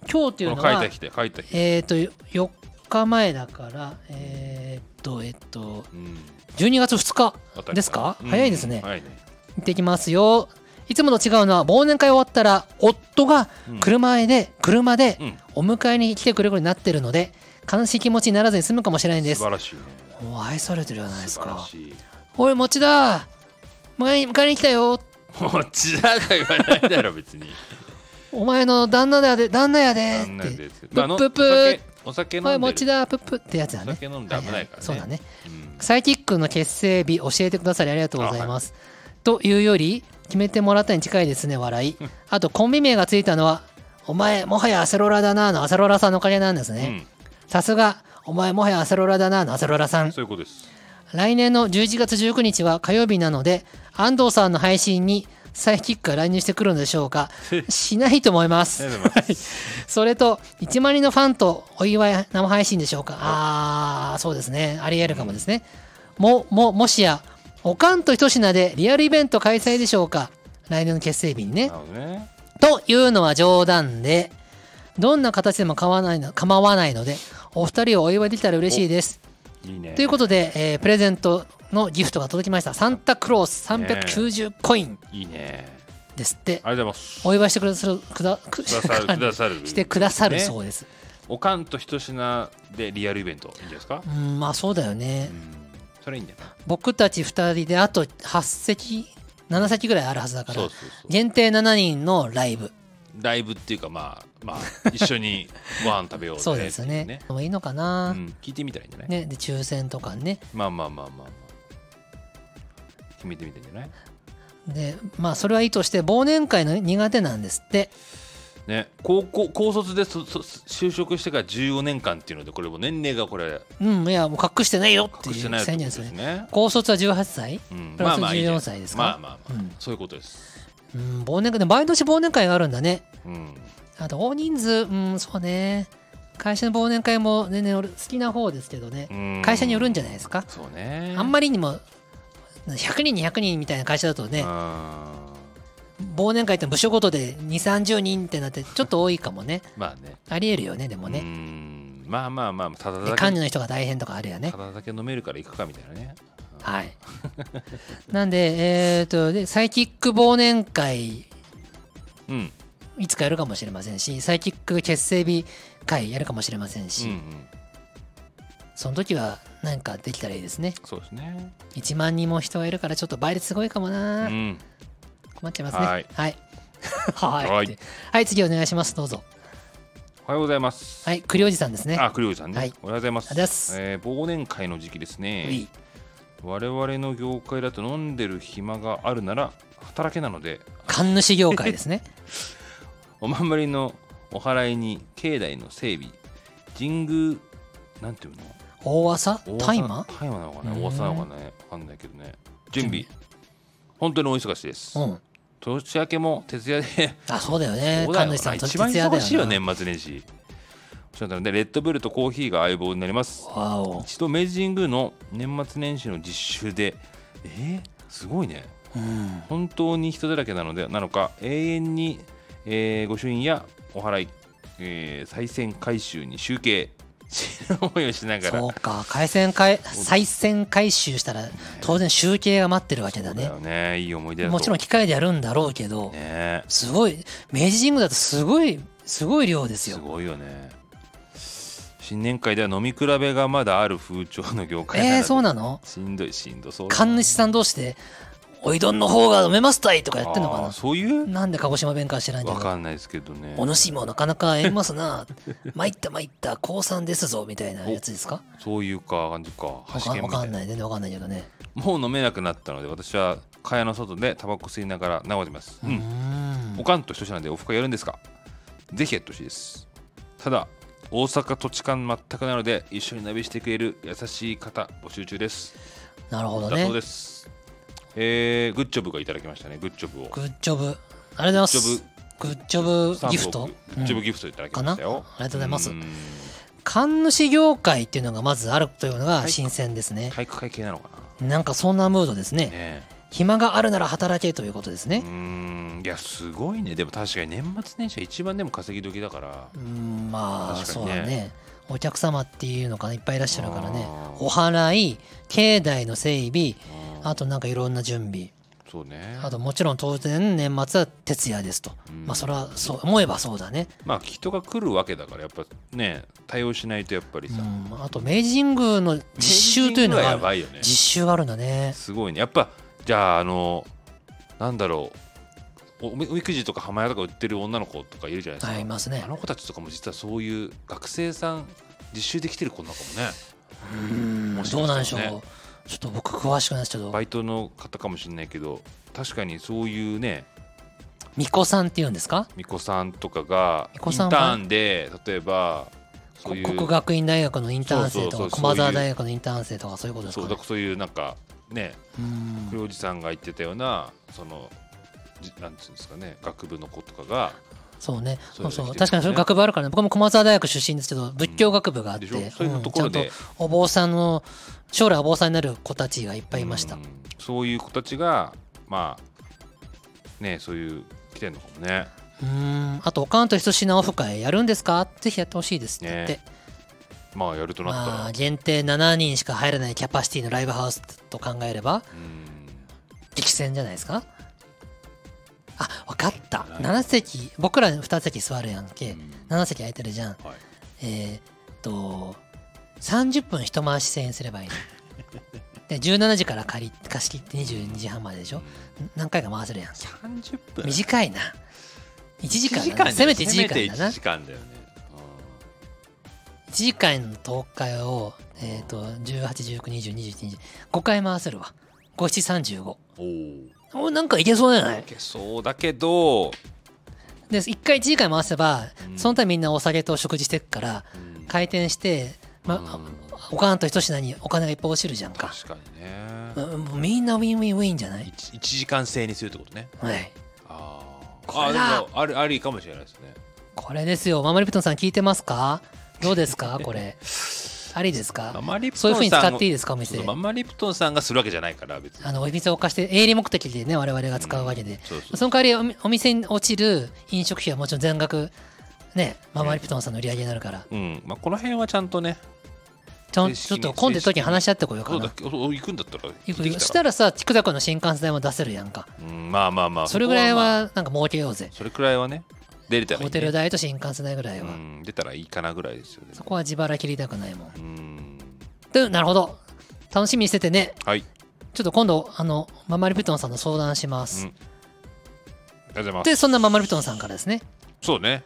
S1: 日今日っていう
S2: の
S1: の
S2: 書い
S1: は
S2: た人書いた人
S1: えっ、と4日前だからえっ、とえっ、と
S2: うん
S1: 12月2日
S2: あたり
S1: ですか、
S2: うん
S1: 早いですね、
S2: 早いね
S1: 行ってきますよいつもと違うのは忘年会終わったら夫が車へで、車で
S2: うん
S1: お迎えに来てくれることになってるので悲しい気持ちにならずに済むかもしれないんで
S2: 素
S1: す
S2: 晴らしいね
S1: もう愛されてるじゃないです
S2: 素晴ら
S1: か
S2: しい
S1: おい餅だ迎えに迎えに来たよ
S2: もうちだが言わないだろ別に
S1: お前の旦那だで旦那やで
S2: なんなん
S1: って
S2: です
S1: プ
S2: まあの
S1: ップップー
S2: お酒お酒
S1: お
S2: 飲
S1: い
S2: んで
S1: 餅
S2: る
S1: だプップってやつだ
S2: お
S1: ね
S2: 酒飲んで危ないからね
S1: そうだね
S2: うん
S1: サイキックの結成日教えてくださりありがとうございます。というより決めてもらったに近いですね笑い。あとコンビ名がついたのは「お前もはやアセロラだな」のアセロラさんのおかげなんですね。さすが「お前もはやアセロラだな」のアセロラさ
S2: うん
S1: ん。
S2: そういうことです
S1: 来年の11月19日は火曜日なので安藤さんの配信にサイキックが乱入してくるのでしょう
S2: [LAUGHS]
S1: かしないと思います
S2: あ。りがとうございます
S1: それと1万人のファンとお祝い生配信でしょうかああそうですねありえるかもですね、もももしやおかんと一品でリアルイベント開催でしょうか来年の結成日にね
S2: なるほどね
S1: というのは冗談でどんな形でも構わないの構わないのでお二人をお祝いできたら嬉しいです
S2: いいね
S1: ということで、えープレゼントのギフトが届きましたサンタクロース390コイン
S2: いいね
S1: ですって
S2: ありがとうございます
S1: お祝いしてくださるくだく
S2: くださる
S1: [LAUGHS]
S2: くださる
S1: してくださる
S2: ね
S1: そうです
S2: おかんと一品でリアルイベントいいんじゃないですか
S1: うんまあそうだよね、
S2: うんそれいいんじゃない
S1: 僕たち2人であと8席7席ぐらいあるはずだから
S2: そうそうそう
S1: 限定7人のライブ
S2: ライブっていうかまあまあ一緒
S1: [LAUGHS]
S2: にご飯食べようね
S1: そうです
S2: ってい
S1: ね
S2: う
S1: でもいいのか
S2: う
S1: な、
S2: ん聞いてみたらいいんじゃない
S1: ねで抽選とかね
S2: まあまあまあまあまあ決めてみてんじゃない
S1: でまあそれはいいとして忘年会の苦手なんですって
S2: ね高校高卒でそそ就職してから15年間っていうのでこれもう年齢がこれ
S1: うんいやもう隠してないよってい
S2: 隠
S1: う
S2: してないって
S1: 宣
S2: こと
S1: 言
S2: で
S1: ですよ
S2: す
S1: ね
S2: ね
S1: 高卒は18歳、
S2: うん
S1: プラス
S2: いいじゃん
S1: 14歳ですか
S2: まあまあまあ
S1: うん
S2: そういうことです
S1: うん、忘年会で毎年忘年会があるんだね
S2: うん
S1: あと大人数うんそうね会社の忘年会も全然俺好きな方ですけどね
S2: うん
S1: 会社によるんじゃないですか
S2: そうね
S1: あんまりにも100人200人みたいな会社だとね
S2: あ
S1: 忘年会って部署ごとで2 3 0人ってなってちょっと多いかもね
S2: ーまあね
S1: ありえるよねでも
S2: うー
S1: ね
S2: んまあまあまあただ
S1: で
S2: だ
S1: 幹
S2: け
S1: 事の人が大変とかあるよね
S2: ただだけ飲めるから行くかみたいなね
S1: はい [LAUGHS] なんでえっとでサイキック忘年会
S2: うんうん
S1: いつかやるかもしれませんしサイキック結成日会やるかもしれません
S2: う
S1: し、
S2: ん
S1: その時はなんかできたらいいですね
S2: そうですね
S1: 1万人も人がいるからちょっと倍率すごいかも
S2: う
S1: な、
S2: ん
S1: 困っちゃいますねは
S2: はいい
S1: はい [LAUGHS] はい
S2: はい
S1: ってはい次お願いしますどうぞ
S2: おはようございます
S1: はい栗おじさんですね
S2: あ、栗尾さんね、
S1: はい
S2: おはようございま
S1: あ
S2: す。
S1: りがとうございます
S2: えー忘年会の時期です
S1: うい
S2: ね。我々の業界だと飲んでる暇があるなら働けなので、
S1: 神主業界です
S2: [LAUGHS]
S1: ね
S2: お守りのお祓いに境内の整備、神宮なんていうの？
S1: 大技
S2: 大
S1: 大麻
S2: 大麻なのかね、
S1: うん
S2: 大麻なのかね、わかんないけどね。準備本当にお忙しいです。
S1: うん
S2: 年明けも徹夜で
S1: あそうだよね
S2: そうだよ
S1: 神
S2: な
S1: 主さんと
S2: 一番
S1: 徹夜だ
S2: 忙しいよ
S1: よね
S2: 年末年始。そうなのでレッドブルとコーヒーが相棒になります。
S1: わお
S2: 一度明治神宮の年末年始の実習でえー、すごいね
S1: うん
S2: 本当に人だらけなのでなのか永遠に、えー御朱印やお祓い、えー、再選回収に集計死ぬ思いをしながら
S1: そうか回線回再選回収したら当然集計が待ってるわけだ
S2: だ
S1: ね
S2: よねいい思い出だと
S1: もちろん機械でやるんだろうけど
S2: ね
S1: すごい明治神宮だとすごいすごい量です
S2: す
S1: よ
S2: ごいよね新年会では飲み比べがまだある風潮の業界なので
S1: えーそうなの
S2: しんどいしんどそうだ
S1: 神主さん同士でおいどんの方が飲めますたいとかやってんのか
S2: あーそういう
S1: ななんで鹿児島弁か知らんけ
S2: わ
S1: ど
S2: かんないですけどね
S1: お主もなかなかえますな参った参った降参ですぞみたいなやつです
S2: [LAUGHS]
S1: か
S2: そういうか感じか
S1: わ
S2: 橋
S1: か
S2: 剣
S1: わ
S2: みた
S1: か
S2: い
S1: ん
S2: な
S1: ない全然わかんないけどね
S2: もう飲めなくなったので私は蚊帳の外でタバコ吸いながら眺めてます、う、
S1: うんん
S2: おかんと一緒なんでオフ会やるんですかぜひやってほしいですただ大阪土地勘全くなので一緒に旅してくれる優しい方募集中です
S1: なるほど
S2: だ
S1: ね
S2: そうですえー、グッジョブがいただきましたねグッジョブを
S1: グッジョブありがとうございますグッジョブギフ
S2: スタン
S1: ト
S2: プグッジョブギフトいただきましたよ、
S1: かなありがとうございます
S2: ん
S1: 神主業界っていうのがまずあるというのが
S2: い
S1: 新鮮ですね、
S2: 体育会系なのかな
S1: なんかそんなムードですね
S2: ね
S1: 暇があるなら働けということです
S2: えう
S1: ね
S2: んいやすごいねでも確かに年末年始は一番でも稼ぎ時だから
S1: うんまあ、
S2: 確か
S1: そう
S2: にね
S1: だねお客様っていうのかないっぱいいらっしゃるからね
S2: あー
S1: お祓い境内の整備
S2: うん
S1: あとなんかいろんな準備
S2: そうね
S1: あともちろん当然年末は徹夜ですと、
S2: うん
S1: まあそれはそう思えばそうだね、
S2: まあ人が来るわけだからやっぱね対応しないとやっぱり
S1: う
S2: さ、
S1: ん、あと明治神宮の実習というのが
S2: や
S1: あ
S2: ば
S1: る
S2: いよね
S1: 実習があるんだね
S2: すごいねやっぱじゃああのなんだろうおみおみくじとか浜屋とか売ってる女の子とかいるじゃないですか
S1: ありますね
S2: あの子たちとかも実はそういう学生さん実習できてる子なのかもね
S1: うん
S2: 面白
S1: ど
S2: いう
S1: なん
S2: で
S1: ですし
S2: よ
S1: ょう
S2: ね
S1: ちょっと僕詳しくないですけど
S2: バイトの方かもしれないけど確かにそういうね
S1: 巫女さんっていうんですか
S2: 巫女さんとかがイ
S1: 巫女さん
S2: ン
S1: は
S2: ターンで例えばそういう
S1: 国学院大学のインターン生と
S2: そうそうそう
S1: か
S2: そうい
S1: 駒
S2: う
S1: 澤大学のインターン生とかそういうことです
S2: そ
S1: かね
S2: うだからそういうなんかね
S1: うん
S2: 黒おじさんが言ってたようなそのじなんていうんですかね学部の子とかが
S1: そうね
S2: そうい
S1: そうう
S2: の
S1: そう
S2: できてるん
S1: 確かに
S2: ですね
S1: そういう学部あるからね僕も駒澤大学出身ですけど仏教学部があって
S2: でしょそういう
S1: うん
S2: ところ
S1: ちゃん
S2: で
S1: と、お坊さんの将来お坊さんになる子たちがいっぱいいました
S2: うんそういう子たちがまあねそういう来てんのかもね
S1: うんあとおかんと一品オフ会やるんですかぜひやってほしいですって言って、
S2: ねまあやるとなったら、
S1: まあ限定7人しか入らないキャパシティのライブハウスと考えれば
S2: うん
S1: 激戦じゃないですかあ分かった7席僕ら2席座るやんけ、7席空いてるじゃん
S2: はい、
S1: えーっと30分一回し制にす
S2: [LAUGHS]
S1: ればいいので17時から借り貸し切って22時半まででしょん何回か回せるやん
S2: 30分
S1: 短いな1時間
S2: 一
S1: だなせめて1
S2: だよ
S1: 時間だな
S2: せめて一時間だよね
S1: 1時間の東海を、えーっと1819202125回回せるわ5735
S2: うんおお
S1: おなんかいけそうじゃない
S2: いけそうだけど、
S1: で1回1時間回せば
S2: うん
S1: そのためみんなお酒と食事してくから
S2: うん
S1: 回転して、ま
S2: うん
S1: あ、おかんと一品にお金がいっぱい落ちるじゃんか
S2: 確かにね、
S1: うんみんなウィンウィンウィンじゃない
S2: 1, 時間制にするってことね
S1: はい。
S2: あー
S1: これだ
S2: あーでもあるありかもしれないですね
S1: これですよ。ママリプトンさん聞いてますかどうです
S2: [LAUGHS]
S1: かこれ。ありです
S2: マ
S1: か
S2: マリプト
S1: そう
S2: ン
S1: い
S2: さ
S1: うんふうに使っていい
S2: で
S1: ですかお店。
S2: ママリプトンさんがするわけじゃないから別に
S1: あの、お店を貸して、営利目的でね、我々が使うわけで。
S2: そうそう
S1: その代わりお、お店に落ちる飲食費はもちろん全額、ね、ママリプトンさんの売り上げになるから。
S2: うんまあ、この辺はちゃんとね
S1: ちょ
S2: 正
S1: ん
S2: 式
S1: ちょ
S2: に
S1: っと混んでる時に話し合ってこよう
S2: そ
S1: か
S2: うだ
S1: な。
S2: そう行くんだったら
S1: 行く
S2: 行ってきたら
S1: したらさ、チクザクの新幹線代も出せるやんか。
S2: うん、まあまあまあ
S1: それぐらい
S2: こはまあ
S1: は、なんか儲けようぜ。
S2: それくらいはね出れたらいい、ね、
S1: ホテル代と新幹線代ぐらいうは。
S2: ん出たらいいかなぐらいですよね
S1: そこは自腹切りたくないもん。
S2: うん
S1: でなるほど。楽しみにしててね。
S2: はい、
S1: ちょっと今度、あの、ママリプトンさんの相談しま
S2: う
S1: す。
S2: ん、ありがとうございます
S1: で、そんなママリプトンさんからですね、
S2: そうね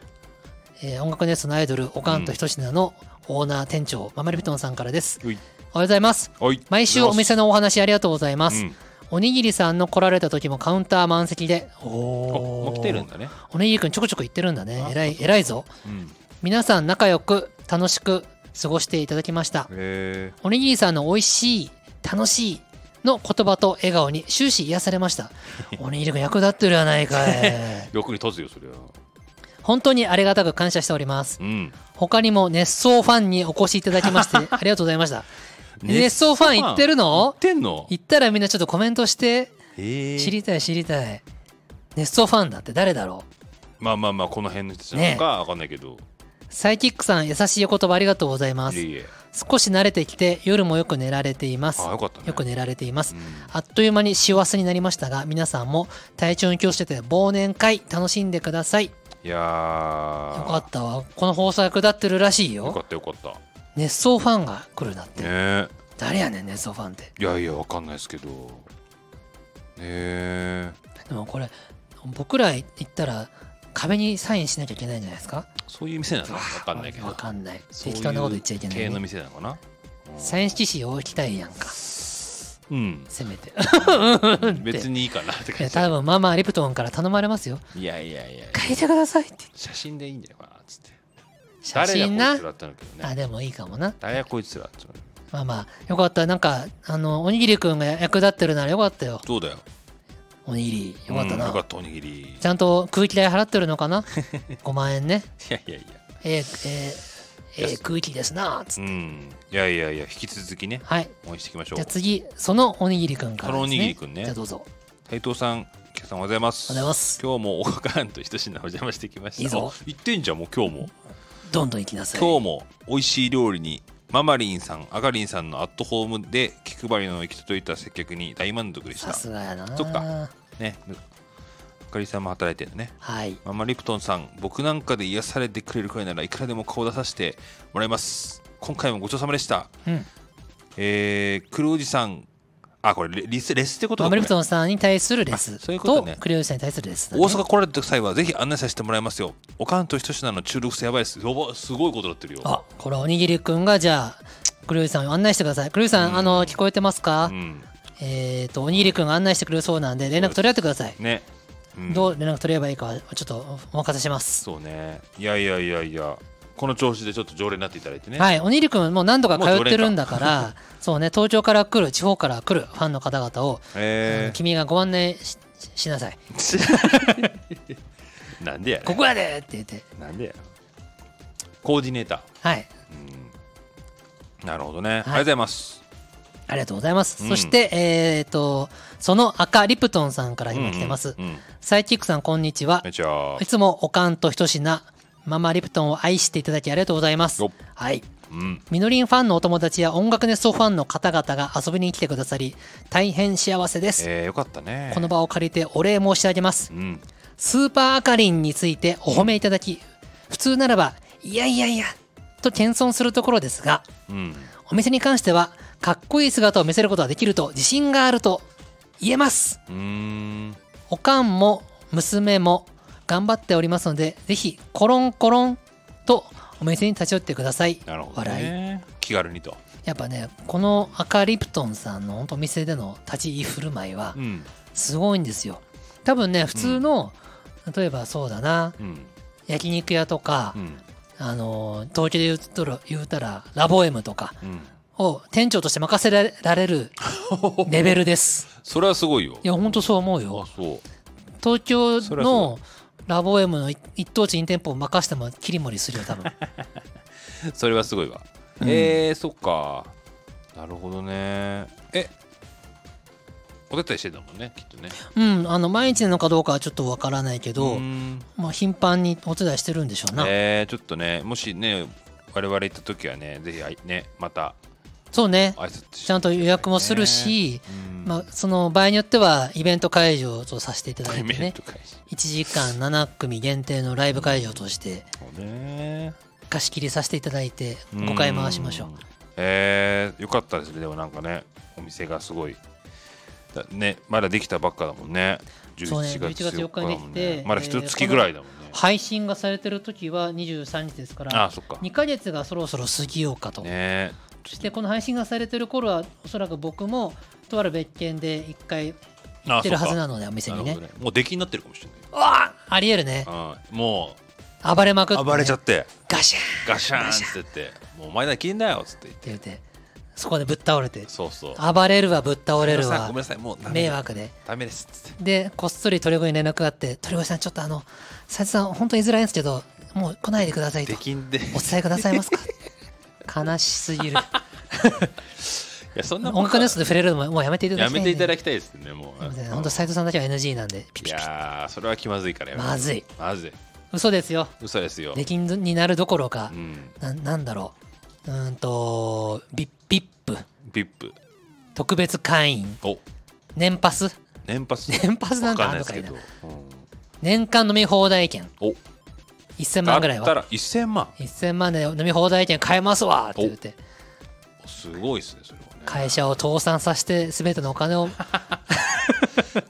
S1: えー音楽ネストのアイドル、おかんとひとしなのオーナー店長、ママリプトンさんからです。
S2: うい
S1: おはようございます。
S2: はい
S1: 毎週お店のお話ありがとうございま
S2: う
S1: す。
S2: ん、
S1: おにぎりさんの来られた時もカウンター満席で、お
S2: あも
S1: お
S2: う来てるんだね、
S1: おにぎりくんちょこちょこ行ってるんだね
S2: あ。
S1: 偉い、偉いぞ。
S2: うん、
S1: 皆さん仲良く、楽しく過ごしていただきました。
S2: え
S1: おにぎりさんの美味しい、楽しいの言葉と笑顔に終始癒されま [LAUGHS] した。おにぎりくん役立ってるやないかい。 [LAUGHS]
S2: ー、欲に立つよそれは
S1: 本当にありがたく感謝しております。
S2: うん
S1: 他にも熱奏ファンにお越しいただきま [LAUGHS] してありがとうございました。熱奏ファン行ってる
S2: 行
S1: の
S2: ってんの
S1: 行ったらみんなちょっとコメントして、
S2: え
S1: 知りたい知りたい。熱奏ファンだって誰だろう
S2: まあまあまあこの辺の人たちなのかわかんないけど、
S1: サイキックさん優しいお言葉ありがとうございま
S2: いえ
S1: す。
S2: いえ
S1: 少し慣れてきて夜もよく寝られています。
S2: あよかったね
S1: よく寝られています
S2: うん。
S1: あっという間に師走になりましたが、皆さんも体調に気をつけて忘年会楽しんでください。よ
S2: いやー
S1: かったわ。この放送役立ってるらしい
S2: よか
S1: よ。
S2: ったよかったね
S1: 熱奏ファンが来るなって。
S2: え
S1: 誰やねんねソファンって
S2: いやいやわかんないですけどへえ
S1: でもこれ僕ら行ったら壁にサインしなきゃいけないんじゃないですか
S2: そういう店なのかな分かんないけど
S1: わかんない
S2: そういう
S1: 適当なこと言っちゃいけない
S2: 系の
S1: ね
S2: 店なのかな
S1: サイン色紙を置きたいやんか [LAUGHS]
S2: うん
S1: せめて
S2: 別にいいかなって
S1: い
S2: 感
S1: や
S2: じ
S1: 多分ママリプトンから頼まれますよ
S2: いやいやいや
S1: 書いてくださいって
S2: 写真でいいんじゃないかなっつって
S1: 写
S2: 誰
S1: 真
S2: や
S1: な
S2: こいつらってなるけど
S1: あ
S2: ね
S1: でもいいかもな
S2: 誰やこいつらってなる
S1: まあまあよかったなんかあのおにぎりくんが役立ってるならよかったよ
S2: そうだよ
S1: おにぎりよかった
S2: うん
S1: な、
S2: よかったおにぎりい
S1: ちゃんと空気代払ってるのか
S2: [LAUGHS]
S1: な5万円ね
S2: やいやいや
S1: ええええええ空気ですなつっ
S2: う
S1: て
S2: んいやいやいや引き続きね
S1: はい
S2: 応援していきましょ
S1: じゃあ
S2: う
S1: 次そのおにぎりくんからです、ね、
S2: そのおにぎりくんね
S1: じゃあどうぞ
S2: 斉藤さん今朝さんおはようございます
S1: おはようございます
S2: 今日もおかかんとひと品お邪魔してきました
S1: いいぞ
S2: あ言ってんじゃんもう今日も
S1: どんどん行きなさい
S2: 今日も美味しい料理にママリンさん、アガリンさんのアットホームで気配りの行き届いた接客に大満足でし
S1: さ
S2: た。
S1: すがやな
S2: そっかね、あかりさんも働いてるね。
S1: はい
S2: ママリプトンさん、僕なんかで癒されてくれるくらいならいくらでも顔出させてもらいます。今回もごちそうさまでした。
S1: うん
S2: えー、クルおじさん、あ、これレリス、レスってこと
S1: マム
S2: か
S1: リプ
S2: これ
S1: トンさんに対するレス
S2: あそういうことね
S1: クレヨンさんに対するレスだね、
S2: 大阪来られた際はぜひ案内させてもらいますよ。おかんとひと品の中毒性やばいです。やばすごいことになってるよ。
S1: あこれおにぎりくんがじゃあクレヨンさんを案内してくださいクレヨンさん、
S2: うん
S1: あの聞こえてますか、
S2: うん。
S1: えっ、とおにぎりくんが案内してくれるそうなんで連絡取り合ってください
S2: ね。うん
S1: どう連絡取ればいいかはちょっとお任せします。
S2: そうね。いやいやいやいや、この調子でちょっと常連になっていただいてね。
S1: はい、おにぎりくんもう何度か
S2: もう常
S1: 通っ
S2: 連か
S1: てるんだから、そうね、東京から来る、地方から来るファンの方々を、
S2: え
S1: 君がご案内しししなさい。
S2: ー [LAUGHS] なんでやねん
S1: ここやでって言って、
S2: なんでやコーディネーター。
S1: はい、
S2: なるほどね。ありがとうございます。
S1: ありがとうございます。
S2: うん
S1: そして、えっ、と、その赤リプトンさんから今来てます。
S2: うんうんうん
S1: サイキックさん、こんにちは。
S2: こん。にちはい
S1: つもおかんとひと品、ママリプトンを愛していただきありがとうございます
S2: よっ。
S1: はい。
S2: うん。
S1: みのりんファンのお友達や音楽ネストファンの方々が遊びに来てくださり、大変幸せです。
S2: えー、よかったね。
S1: この場を借りてお礼申し上げます
S2: うん。
S1: スーパーアカリンについてお褒めいただき普通ならば「いやいやいや」と謙遜するところですが
S2: うん。
S1: お店に関してはかっこいい姿を見せることができると自信があると言えます
S2: うーん。
S1: おかんも娘も頑張っておりますのでぜひコロンコロンとお店に立ち寄ってください
S2: なるほど
S1: 笑い
S2: ね。気軽にと。
S1: やっぱねこの赤リプトンさんのほんとお店での立ち居振る舞いは、
S2: うん。
S1: すごいんですよ多分ね普通の、例えばそうだな
S2: うん。
S1: 焼肉屋とか、
S2: うん。
S1: あのー東京で言うとる言うたらラボエムとか
S2: うん。
S1: を店長として任せられられるレベルです
S2: それはすごいよ。
S1: いやほんとそう思う
S2: [LAUGHS] あ
S1: よ、
S2: そう。
S1: 東京
S2: そりゃそ
S1: のラボエムの一一等地に店舗を任せても切り盛りするよ
S2: [LAUGHS]
S1: 多分
S2: それはすごいわ。
S1: うん
S2: えー、そっか。なるほどね。えお手伝いしてたもんね、きっとね。
S1: うんあの毎日なのかどうかはちょっとわからないけど、
S2: ーん
S1: まあ、頻繁にお手伝いしてるんでしょうな、
S2: えー、ちょっとね、もしね、我々行った時はね、ぜひあいね、また
S1: そうね
S2: 挨拶して
S1: ちゃんと予約もするし、
S2: うん
S1: まあ、その場合によってはイベント会場とさせていただい
S2: イ
S1: て
S2: ベン
S1: ね
S2: ト会社
S1: 1時間7組限定のライブ会場として
S2: そうね。
S1: 貸し切りさせていただいて
S2: うん
S1: 5回回しましょう。
S2: えー、よかったですね、でもなんかね、お店がすごい。だね、まだできたばっかだもんね。
S1: そうね
S2: 11月
S1: 11月
S2: 4日だ
S1: 4日に
S2: もん
S1: でき
S2: ね
S1: て。
S2: まだ一月ぐらいだもんね。
S1: 配信がされてる時は23日ですか
S2: あ
S1: ら
S2: あ、そっか。
S1: 2ヶ月がそろそろ過ぎようかと、
S2: ね
S1: そしてこの配信がされてる頃はおそらく僕もとある別件で1回
S2: あ
S1: 行ってるはずな
S2: の
S1: のでお店
S2: なる
S1: に
S2: ほど
S1: ね
S2: ねもう出禁になってるかもしれな
S1: あありえるね
S2: い、うん、も
S1: 暴れまくっ
S2: う
S1: て、ね、
S2: 暴れちゃって
S1: ガシャーン
S2: ガシャーンって言って「もうお前だけんだよ」っつって言っ
S1: ってて言ってそこでぶっ倒れて
S2: そうそう
S1: 暴れるわぶっ倒れる
S2: ご
S1: わ
S2: めんなさいごめんなさいもうダメ
S1: 迷惑で
S2: ダメです
S1: [LAUGHS]
S2: っつって
S1: でこっそり鳥越に連絡があって「鳥越さんちょっとあの斉藤さん本当に言いづらいんですけどもう来ないでください」と
S2: 出禁
S1: [LAUGHS]
S2: でい
S1: お伝えくださいますか
S2: [LAUGHS]
S1: 悲しすぎる
S2: やそんなこと
S1: 音楽のやつで触れるのももうやめていただ
S2: や
S1: きたい
S2: め
S1: ん
S2: て
S1: で
S2: いただきたいですねもう
S1: すいません本当斉藤さんだけは NG なんでピピ
S2: い
S1: ピ
S2: やーそれは気まずいからやめて
S1: まずい
S2: まずい
S1: 嘘ですよ
S2: 嘘ですよ
S1: 出禁になるどころか
S2: うん
S1: ななんだろううーんとビッビップ
S2: ビップ
S1: 特別会員
S2: お
S1: 年パス
S2: 年パス
S1: 年パスなんて
S2: わ
S1: あ
S2: か
S1: ん
S2: んない
S1: の
S2: です
S1: か
S2: け
S1: いな
S2: ど、うん
S1: 年間飲み放題券
S2: お
S1: 1000
S2: だ
S1: 万
S2: っ
S1: ぐらい
S2: た
S1: は
S2: ら1000万
S1: 1000万で飲み放題券買えますわって言って
S2: すごいですねそれはね [LAUGHS]
S1: 会社を倒産させて全てのお金を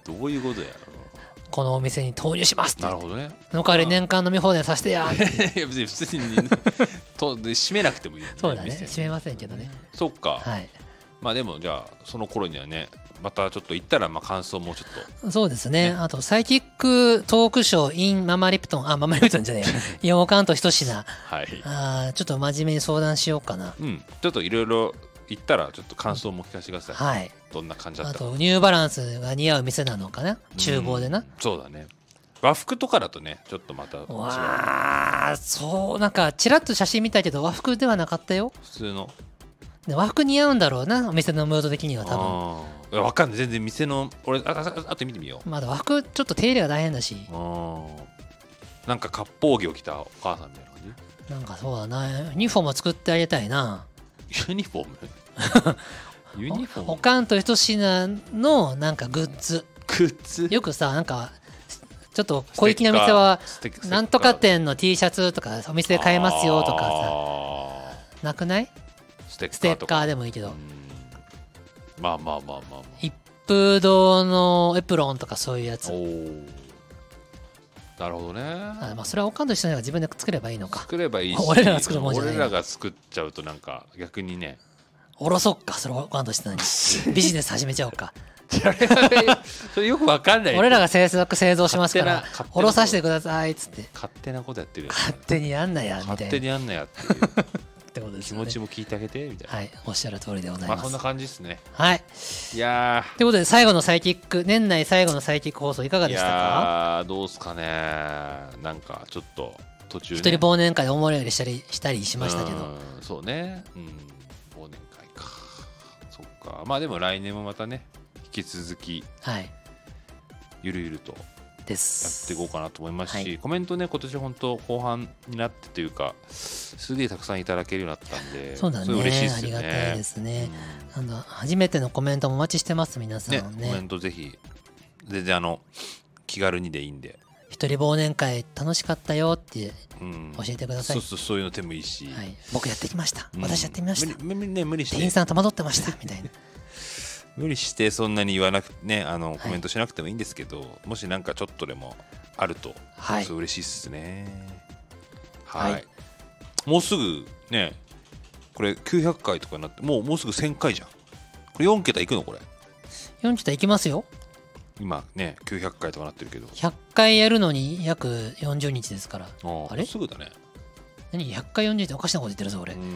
S2: どういうことや
S1: このお店に投入しますって
S2: なるほどね
S1: その代わり年間飲み放題させてや
S2: [LAUGHS] いや別に普通にとで閉めなくてもいい、
S1: そうだね
S2: 店
S1: 閉めませんけどね
S2: そっか、
S1: はい
S2: まあでもじゃあその頃にはねまたちょっと行ったらまあ感想もちょっと
S1: そうですねあとサイキックトークショー in ママリプトンあママリプトンじゃね
S2: [LAUGHS]
S1: えよ洋館と一品
S2: はい
S1: あーちょっと真面目に相談しようかな
S2: うんちょっといろいろ行ったらちょっと感想も聞かせてください、
S1: はい
S2: どんな感じだ
S1: あ
S2: ったか
S1: とニューバランスが似合う店なのかな厨房で
S2: う
S1: なん
S2: そうだね和服とかだとねちょっとまた違う
S1: わあそうなんかちらっと写真見たけど和服ではなかったよ
S2: 普通の
S1: で和服似合うんだろうなお店のムード的には多分
S2: あーいやわかんない全然店の俺あああと見てみよう
S1: まだ和服ちょっと手入れが大変だし
S2: うんなんか割烹着を着たお母さんみたいな感
S1: なんかそうだなユニフォーム作ってあげたいな
S2: じユニフォーム
S1: [LAUGHS]
S2: ユニフォーム
S1: おかんとひと品のなんかグッズ
S2: 靴
S1: よくさなんかちょっと小粋な店は
S2: ステッカーステッカー
S1: なんとか店の T シャツとかお店で買えますよとかさ
S2: あ
S1: なくない
S2: ーステッカ
S1: ステ
S2: ー
S1: ッ
S2: と
S1: カ
S2: か
S1: ーでもいいけど
S2: うんまあまあまあまあ、ま
S1: 一風堂のエプロンとかそういうや
S2: あ、
S1: つ
S2: おーなるほどね
S1: あまあそれはおかんと一緒が自分で作ればいいのか
S2: 作ればいいし
S1: 俺らが作るもんじゃない
S2: 俺らが作っちゃうとなんか逆
S1: [LAUGHS]
S2: にね
S1: おろそっかそれをおかんとして
S2: [LAUGHS]
S1: のにビジネス始めちゃおうか
S2: それよくわかんない
S1: 俺らが制作製造しますから
S2: 勝手な勝手
S1: お
S2: な
S1: ろさせてくださいっつって
S2: 勝手なことやってるよね
S1: 勝手にやんなやみた
S2: 勝手
S1: い
S2: に
S1: な
S2: やんなやっていう
S1: ってことです
S2: 気
S1: よ
S2: 持
S1: ね
S2: ちも聞いてあげてみたいな、
S1: はいおっしゃる通りでござい
S2: まあ
S1: ま
S2: そん
S1: す
S2: な感じですね
S1: はい
S2: いや
S1: ということで最後のサイキック年内最後のサイキック放送いかが
S2: ーい
S1: でしたか
S2: やーどうっすかねなんかちょっと途中、ね、
S1: 一人忘年会で思うよりしたりしたりしましたけ
S2: う
S1: ど
S2: んそうねうん忘年会かそっかまあでも来年もまたね引き続き
S1: はい
S2: ゆるゆるとや
S1: で
S2: っ
S1: す
S2: ていこうかなと思いますし、
S1: はい
S2: コメントね今年本当後半になってというかすげえたくさんいただけるようになったんで
S1: そうだね
S2: れ嬉しいです
S1: あ
S2: よ
S1: り
S2: ね
S1: がたいですね
S2: うん
S1: なんだ初めてのコメントもお待ちしてます皆さん
S2: ね
S1: ね
S2: コメントぜひ全然あの気軽にでいいんで、
S1: 一人忘年会楽しかったよって
S2: うん、
S1: 教えてください
S2: そうそうそういうの手もいいし、
S1: はい、僕やってきました、
S2: うん
S1: 私やってみました
S2: 無理無理ね無理して
S1: 店員さん戸惑ってましたみたいな
S2: 無理してそんなに言わなくねあの
S1: い
S2: コメントしなくてもいいんですけど、もしなんかちょっとでもあると、
S1: はい
S2: そう嬉しいですねはい、
S1: はい
S2: もうすぐねこれ900回とかになってもうもうすぐ1000回じゃんこれ4桁いくのこれ
S1: 40代いきますよ
S2: 今ね900回とかなってるけど
S1: 100回やるのに約40日ですから
S2: あ
S1: あれ
S2: すぐだね
S1: 何100回40日っておかしなこと言ってるぞ俺、
S2: うん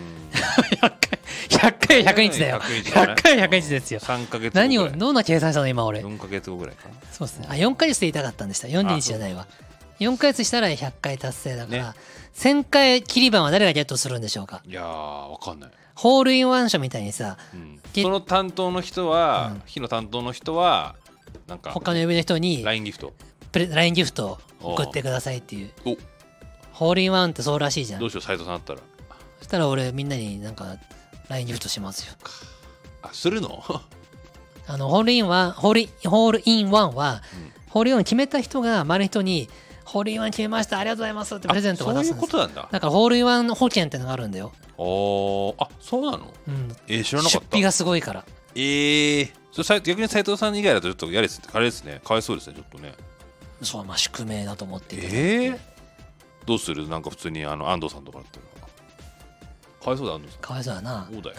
S1: 100回100日だよ
S2: 100
S1: 100回100日ですよ
S2: 3ヶ月後
S1: 何
S2: ぐ
S1: を
S2: らい
S1: どんな計算したの今俺
S2: 4ヶ月後ぐらいかな
S1: そうですねあ4ヶ月で言いたかったんでした40日じゃないわ4ヶ月したら100回達成だから、
S2: ね
S1: 1000回切り番は誰がゲットするんでしょうか
S2: いやーわかんない、
S1: ホールインワン賞みたいにさ
S2: うん
S1: き
S2: その担当の人は、
S1: うん
S2: 日の担当の人はなんか
S1: 他の呼びの人に
S2: LINE ギフト
S1: プレ LINE ギフトを送ってくださいっていう
S2: お
S1: ホールインワンってそうらしいじゃん
S2: どうしよう斉藤さんだったら
S1: そしたら俺みんなになんか LINE ギフトしますよ。
S2: あす
S1: [LAUGHS]
S2: るの
S1: あのホールインワンホールインホールインワンは、ホールインワン決めた人が周りの人にホールインワン決めましたありがとうございますってプレゼントを
S2: あ
S1: 渡
S2: そ
S1: す
S2: う
S1: で
S2: んいうこ
S1: す。
S2: となんだ
S1: だからホールインワン保険ってのがあるんだよ。
S2: おーあそうなの
S1: うん、
S2: えー、知らなか
S1: 出
S2: った
S1: 費がすごいから。
S2: えー、それ斉逆に斉藤さん以外だとちょっとやれですあれですねかわいそうですねちょっとね
S1: そうまあ宿命だと思っていただいて
S2: えー、どうするなんか普通にあの安藤さんとかだったらかわいそうだ安藤さん
S1: かわいそうだな [LAUGHS]
S2: そ。うだ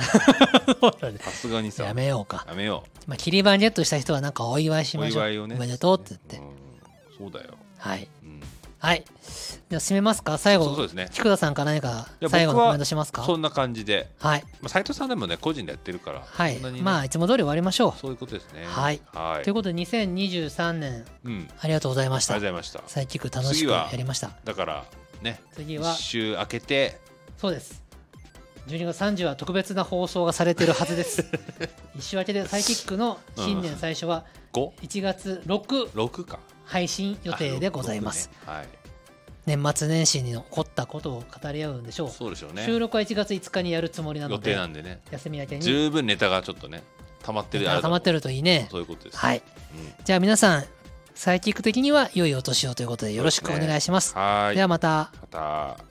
S2: よ
S1: や
S2: さすがにさや
S1: めようか。
S2: めよ
S1: まあ切り板ゲットした人はなんかお祝いし
S2: うお
S1: ましょう。
S2: 祝いをね
S1: おめでとうって言って。
S2: うんそうだよ、
S1: はい
S2: うん、
S1: はい。じゃあ締めますか最後。
S2: そうそうですね
S1: 菊田さんから何か
S2: いや
S1: 最後の
S2: 僕は
S1: コメントしますか
S2: そんな感じで、
S1: はい。
S2: まあ、斉藤さんでもね個人でやってるから、
S1: はい、
S2: そんなにね、
S1: まあいつも通り終わりましょ
S2: そういうことですね
S1: はい
S2: は
S1: う。
S2: い
S1: ということで2023年
S2: うん
S1: ありがとうございまし
S2: あ
S1: た
S2: りがとうござ。いました
S1: サイキック楽し
S2: 次
S1: く
S2: は
S1: やりました。
S2: だからね
S1: 次
S2: 一
S1: は
S2: 週明けて
S1: そうです。12月30は特別な放送がされてるはず
S2: [LAUGHS]
S1: です。一週明けでサイキックの新年最初は
S2: 五
S1: 1月6
S2: 六か
S1: 配信予定でございます。
S2: あ六ね
S1: 年末年始に起こったことを語り合うんでしょ
S2: はいそうでしょう
S1: う。
S2: ね
S1: 収録は1月5日にやるつもりなの
S2: 予
S1: で
S2: 定なんでね
S1: 休み明けに
S2: 十分ネタがちょっとね溜まってる
S1: 溜まって
S2: る
S1: るといいね。
S2: そういうことです
S1: はい。
S2: うん
S1: じゃあ皆さんサイキック的には良いお年をということでよろしくお願いします。
S2: はーい
S1: ではまた。
S2: また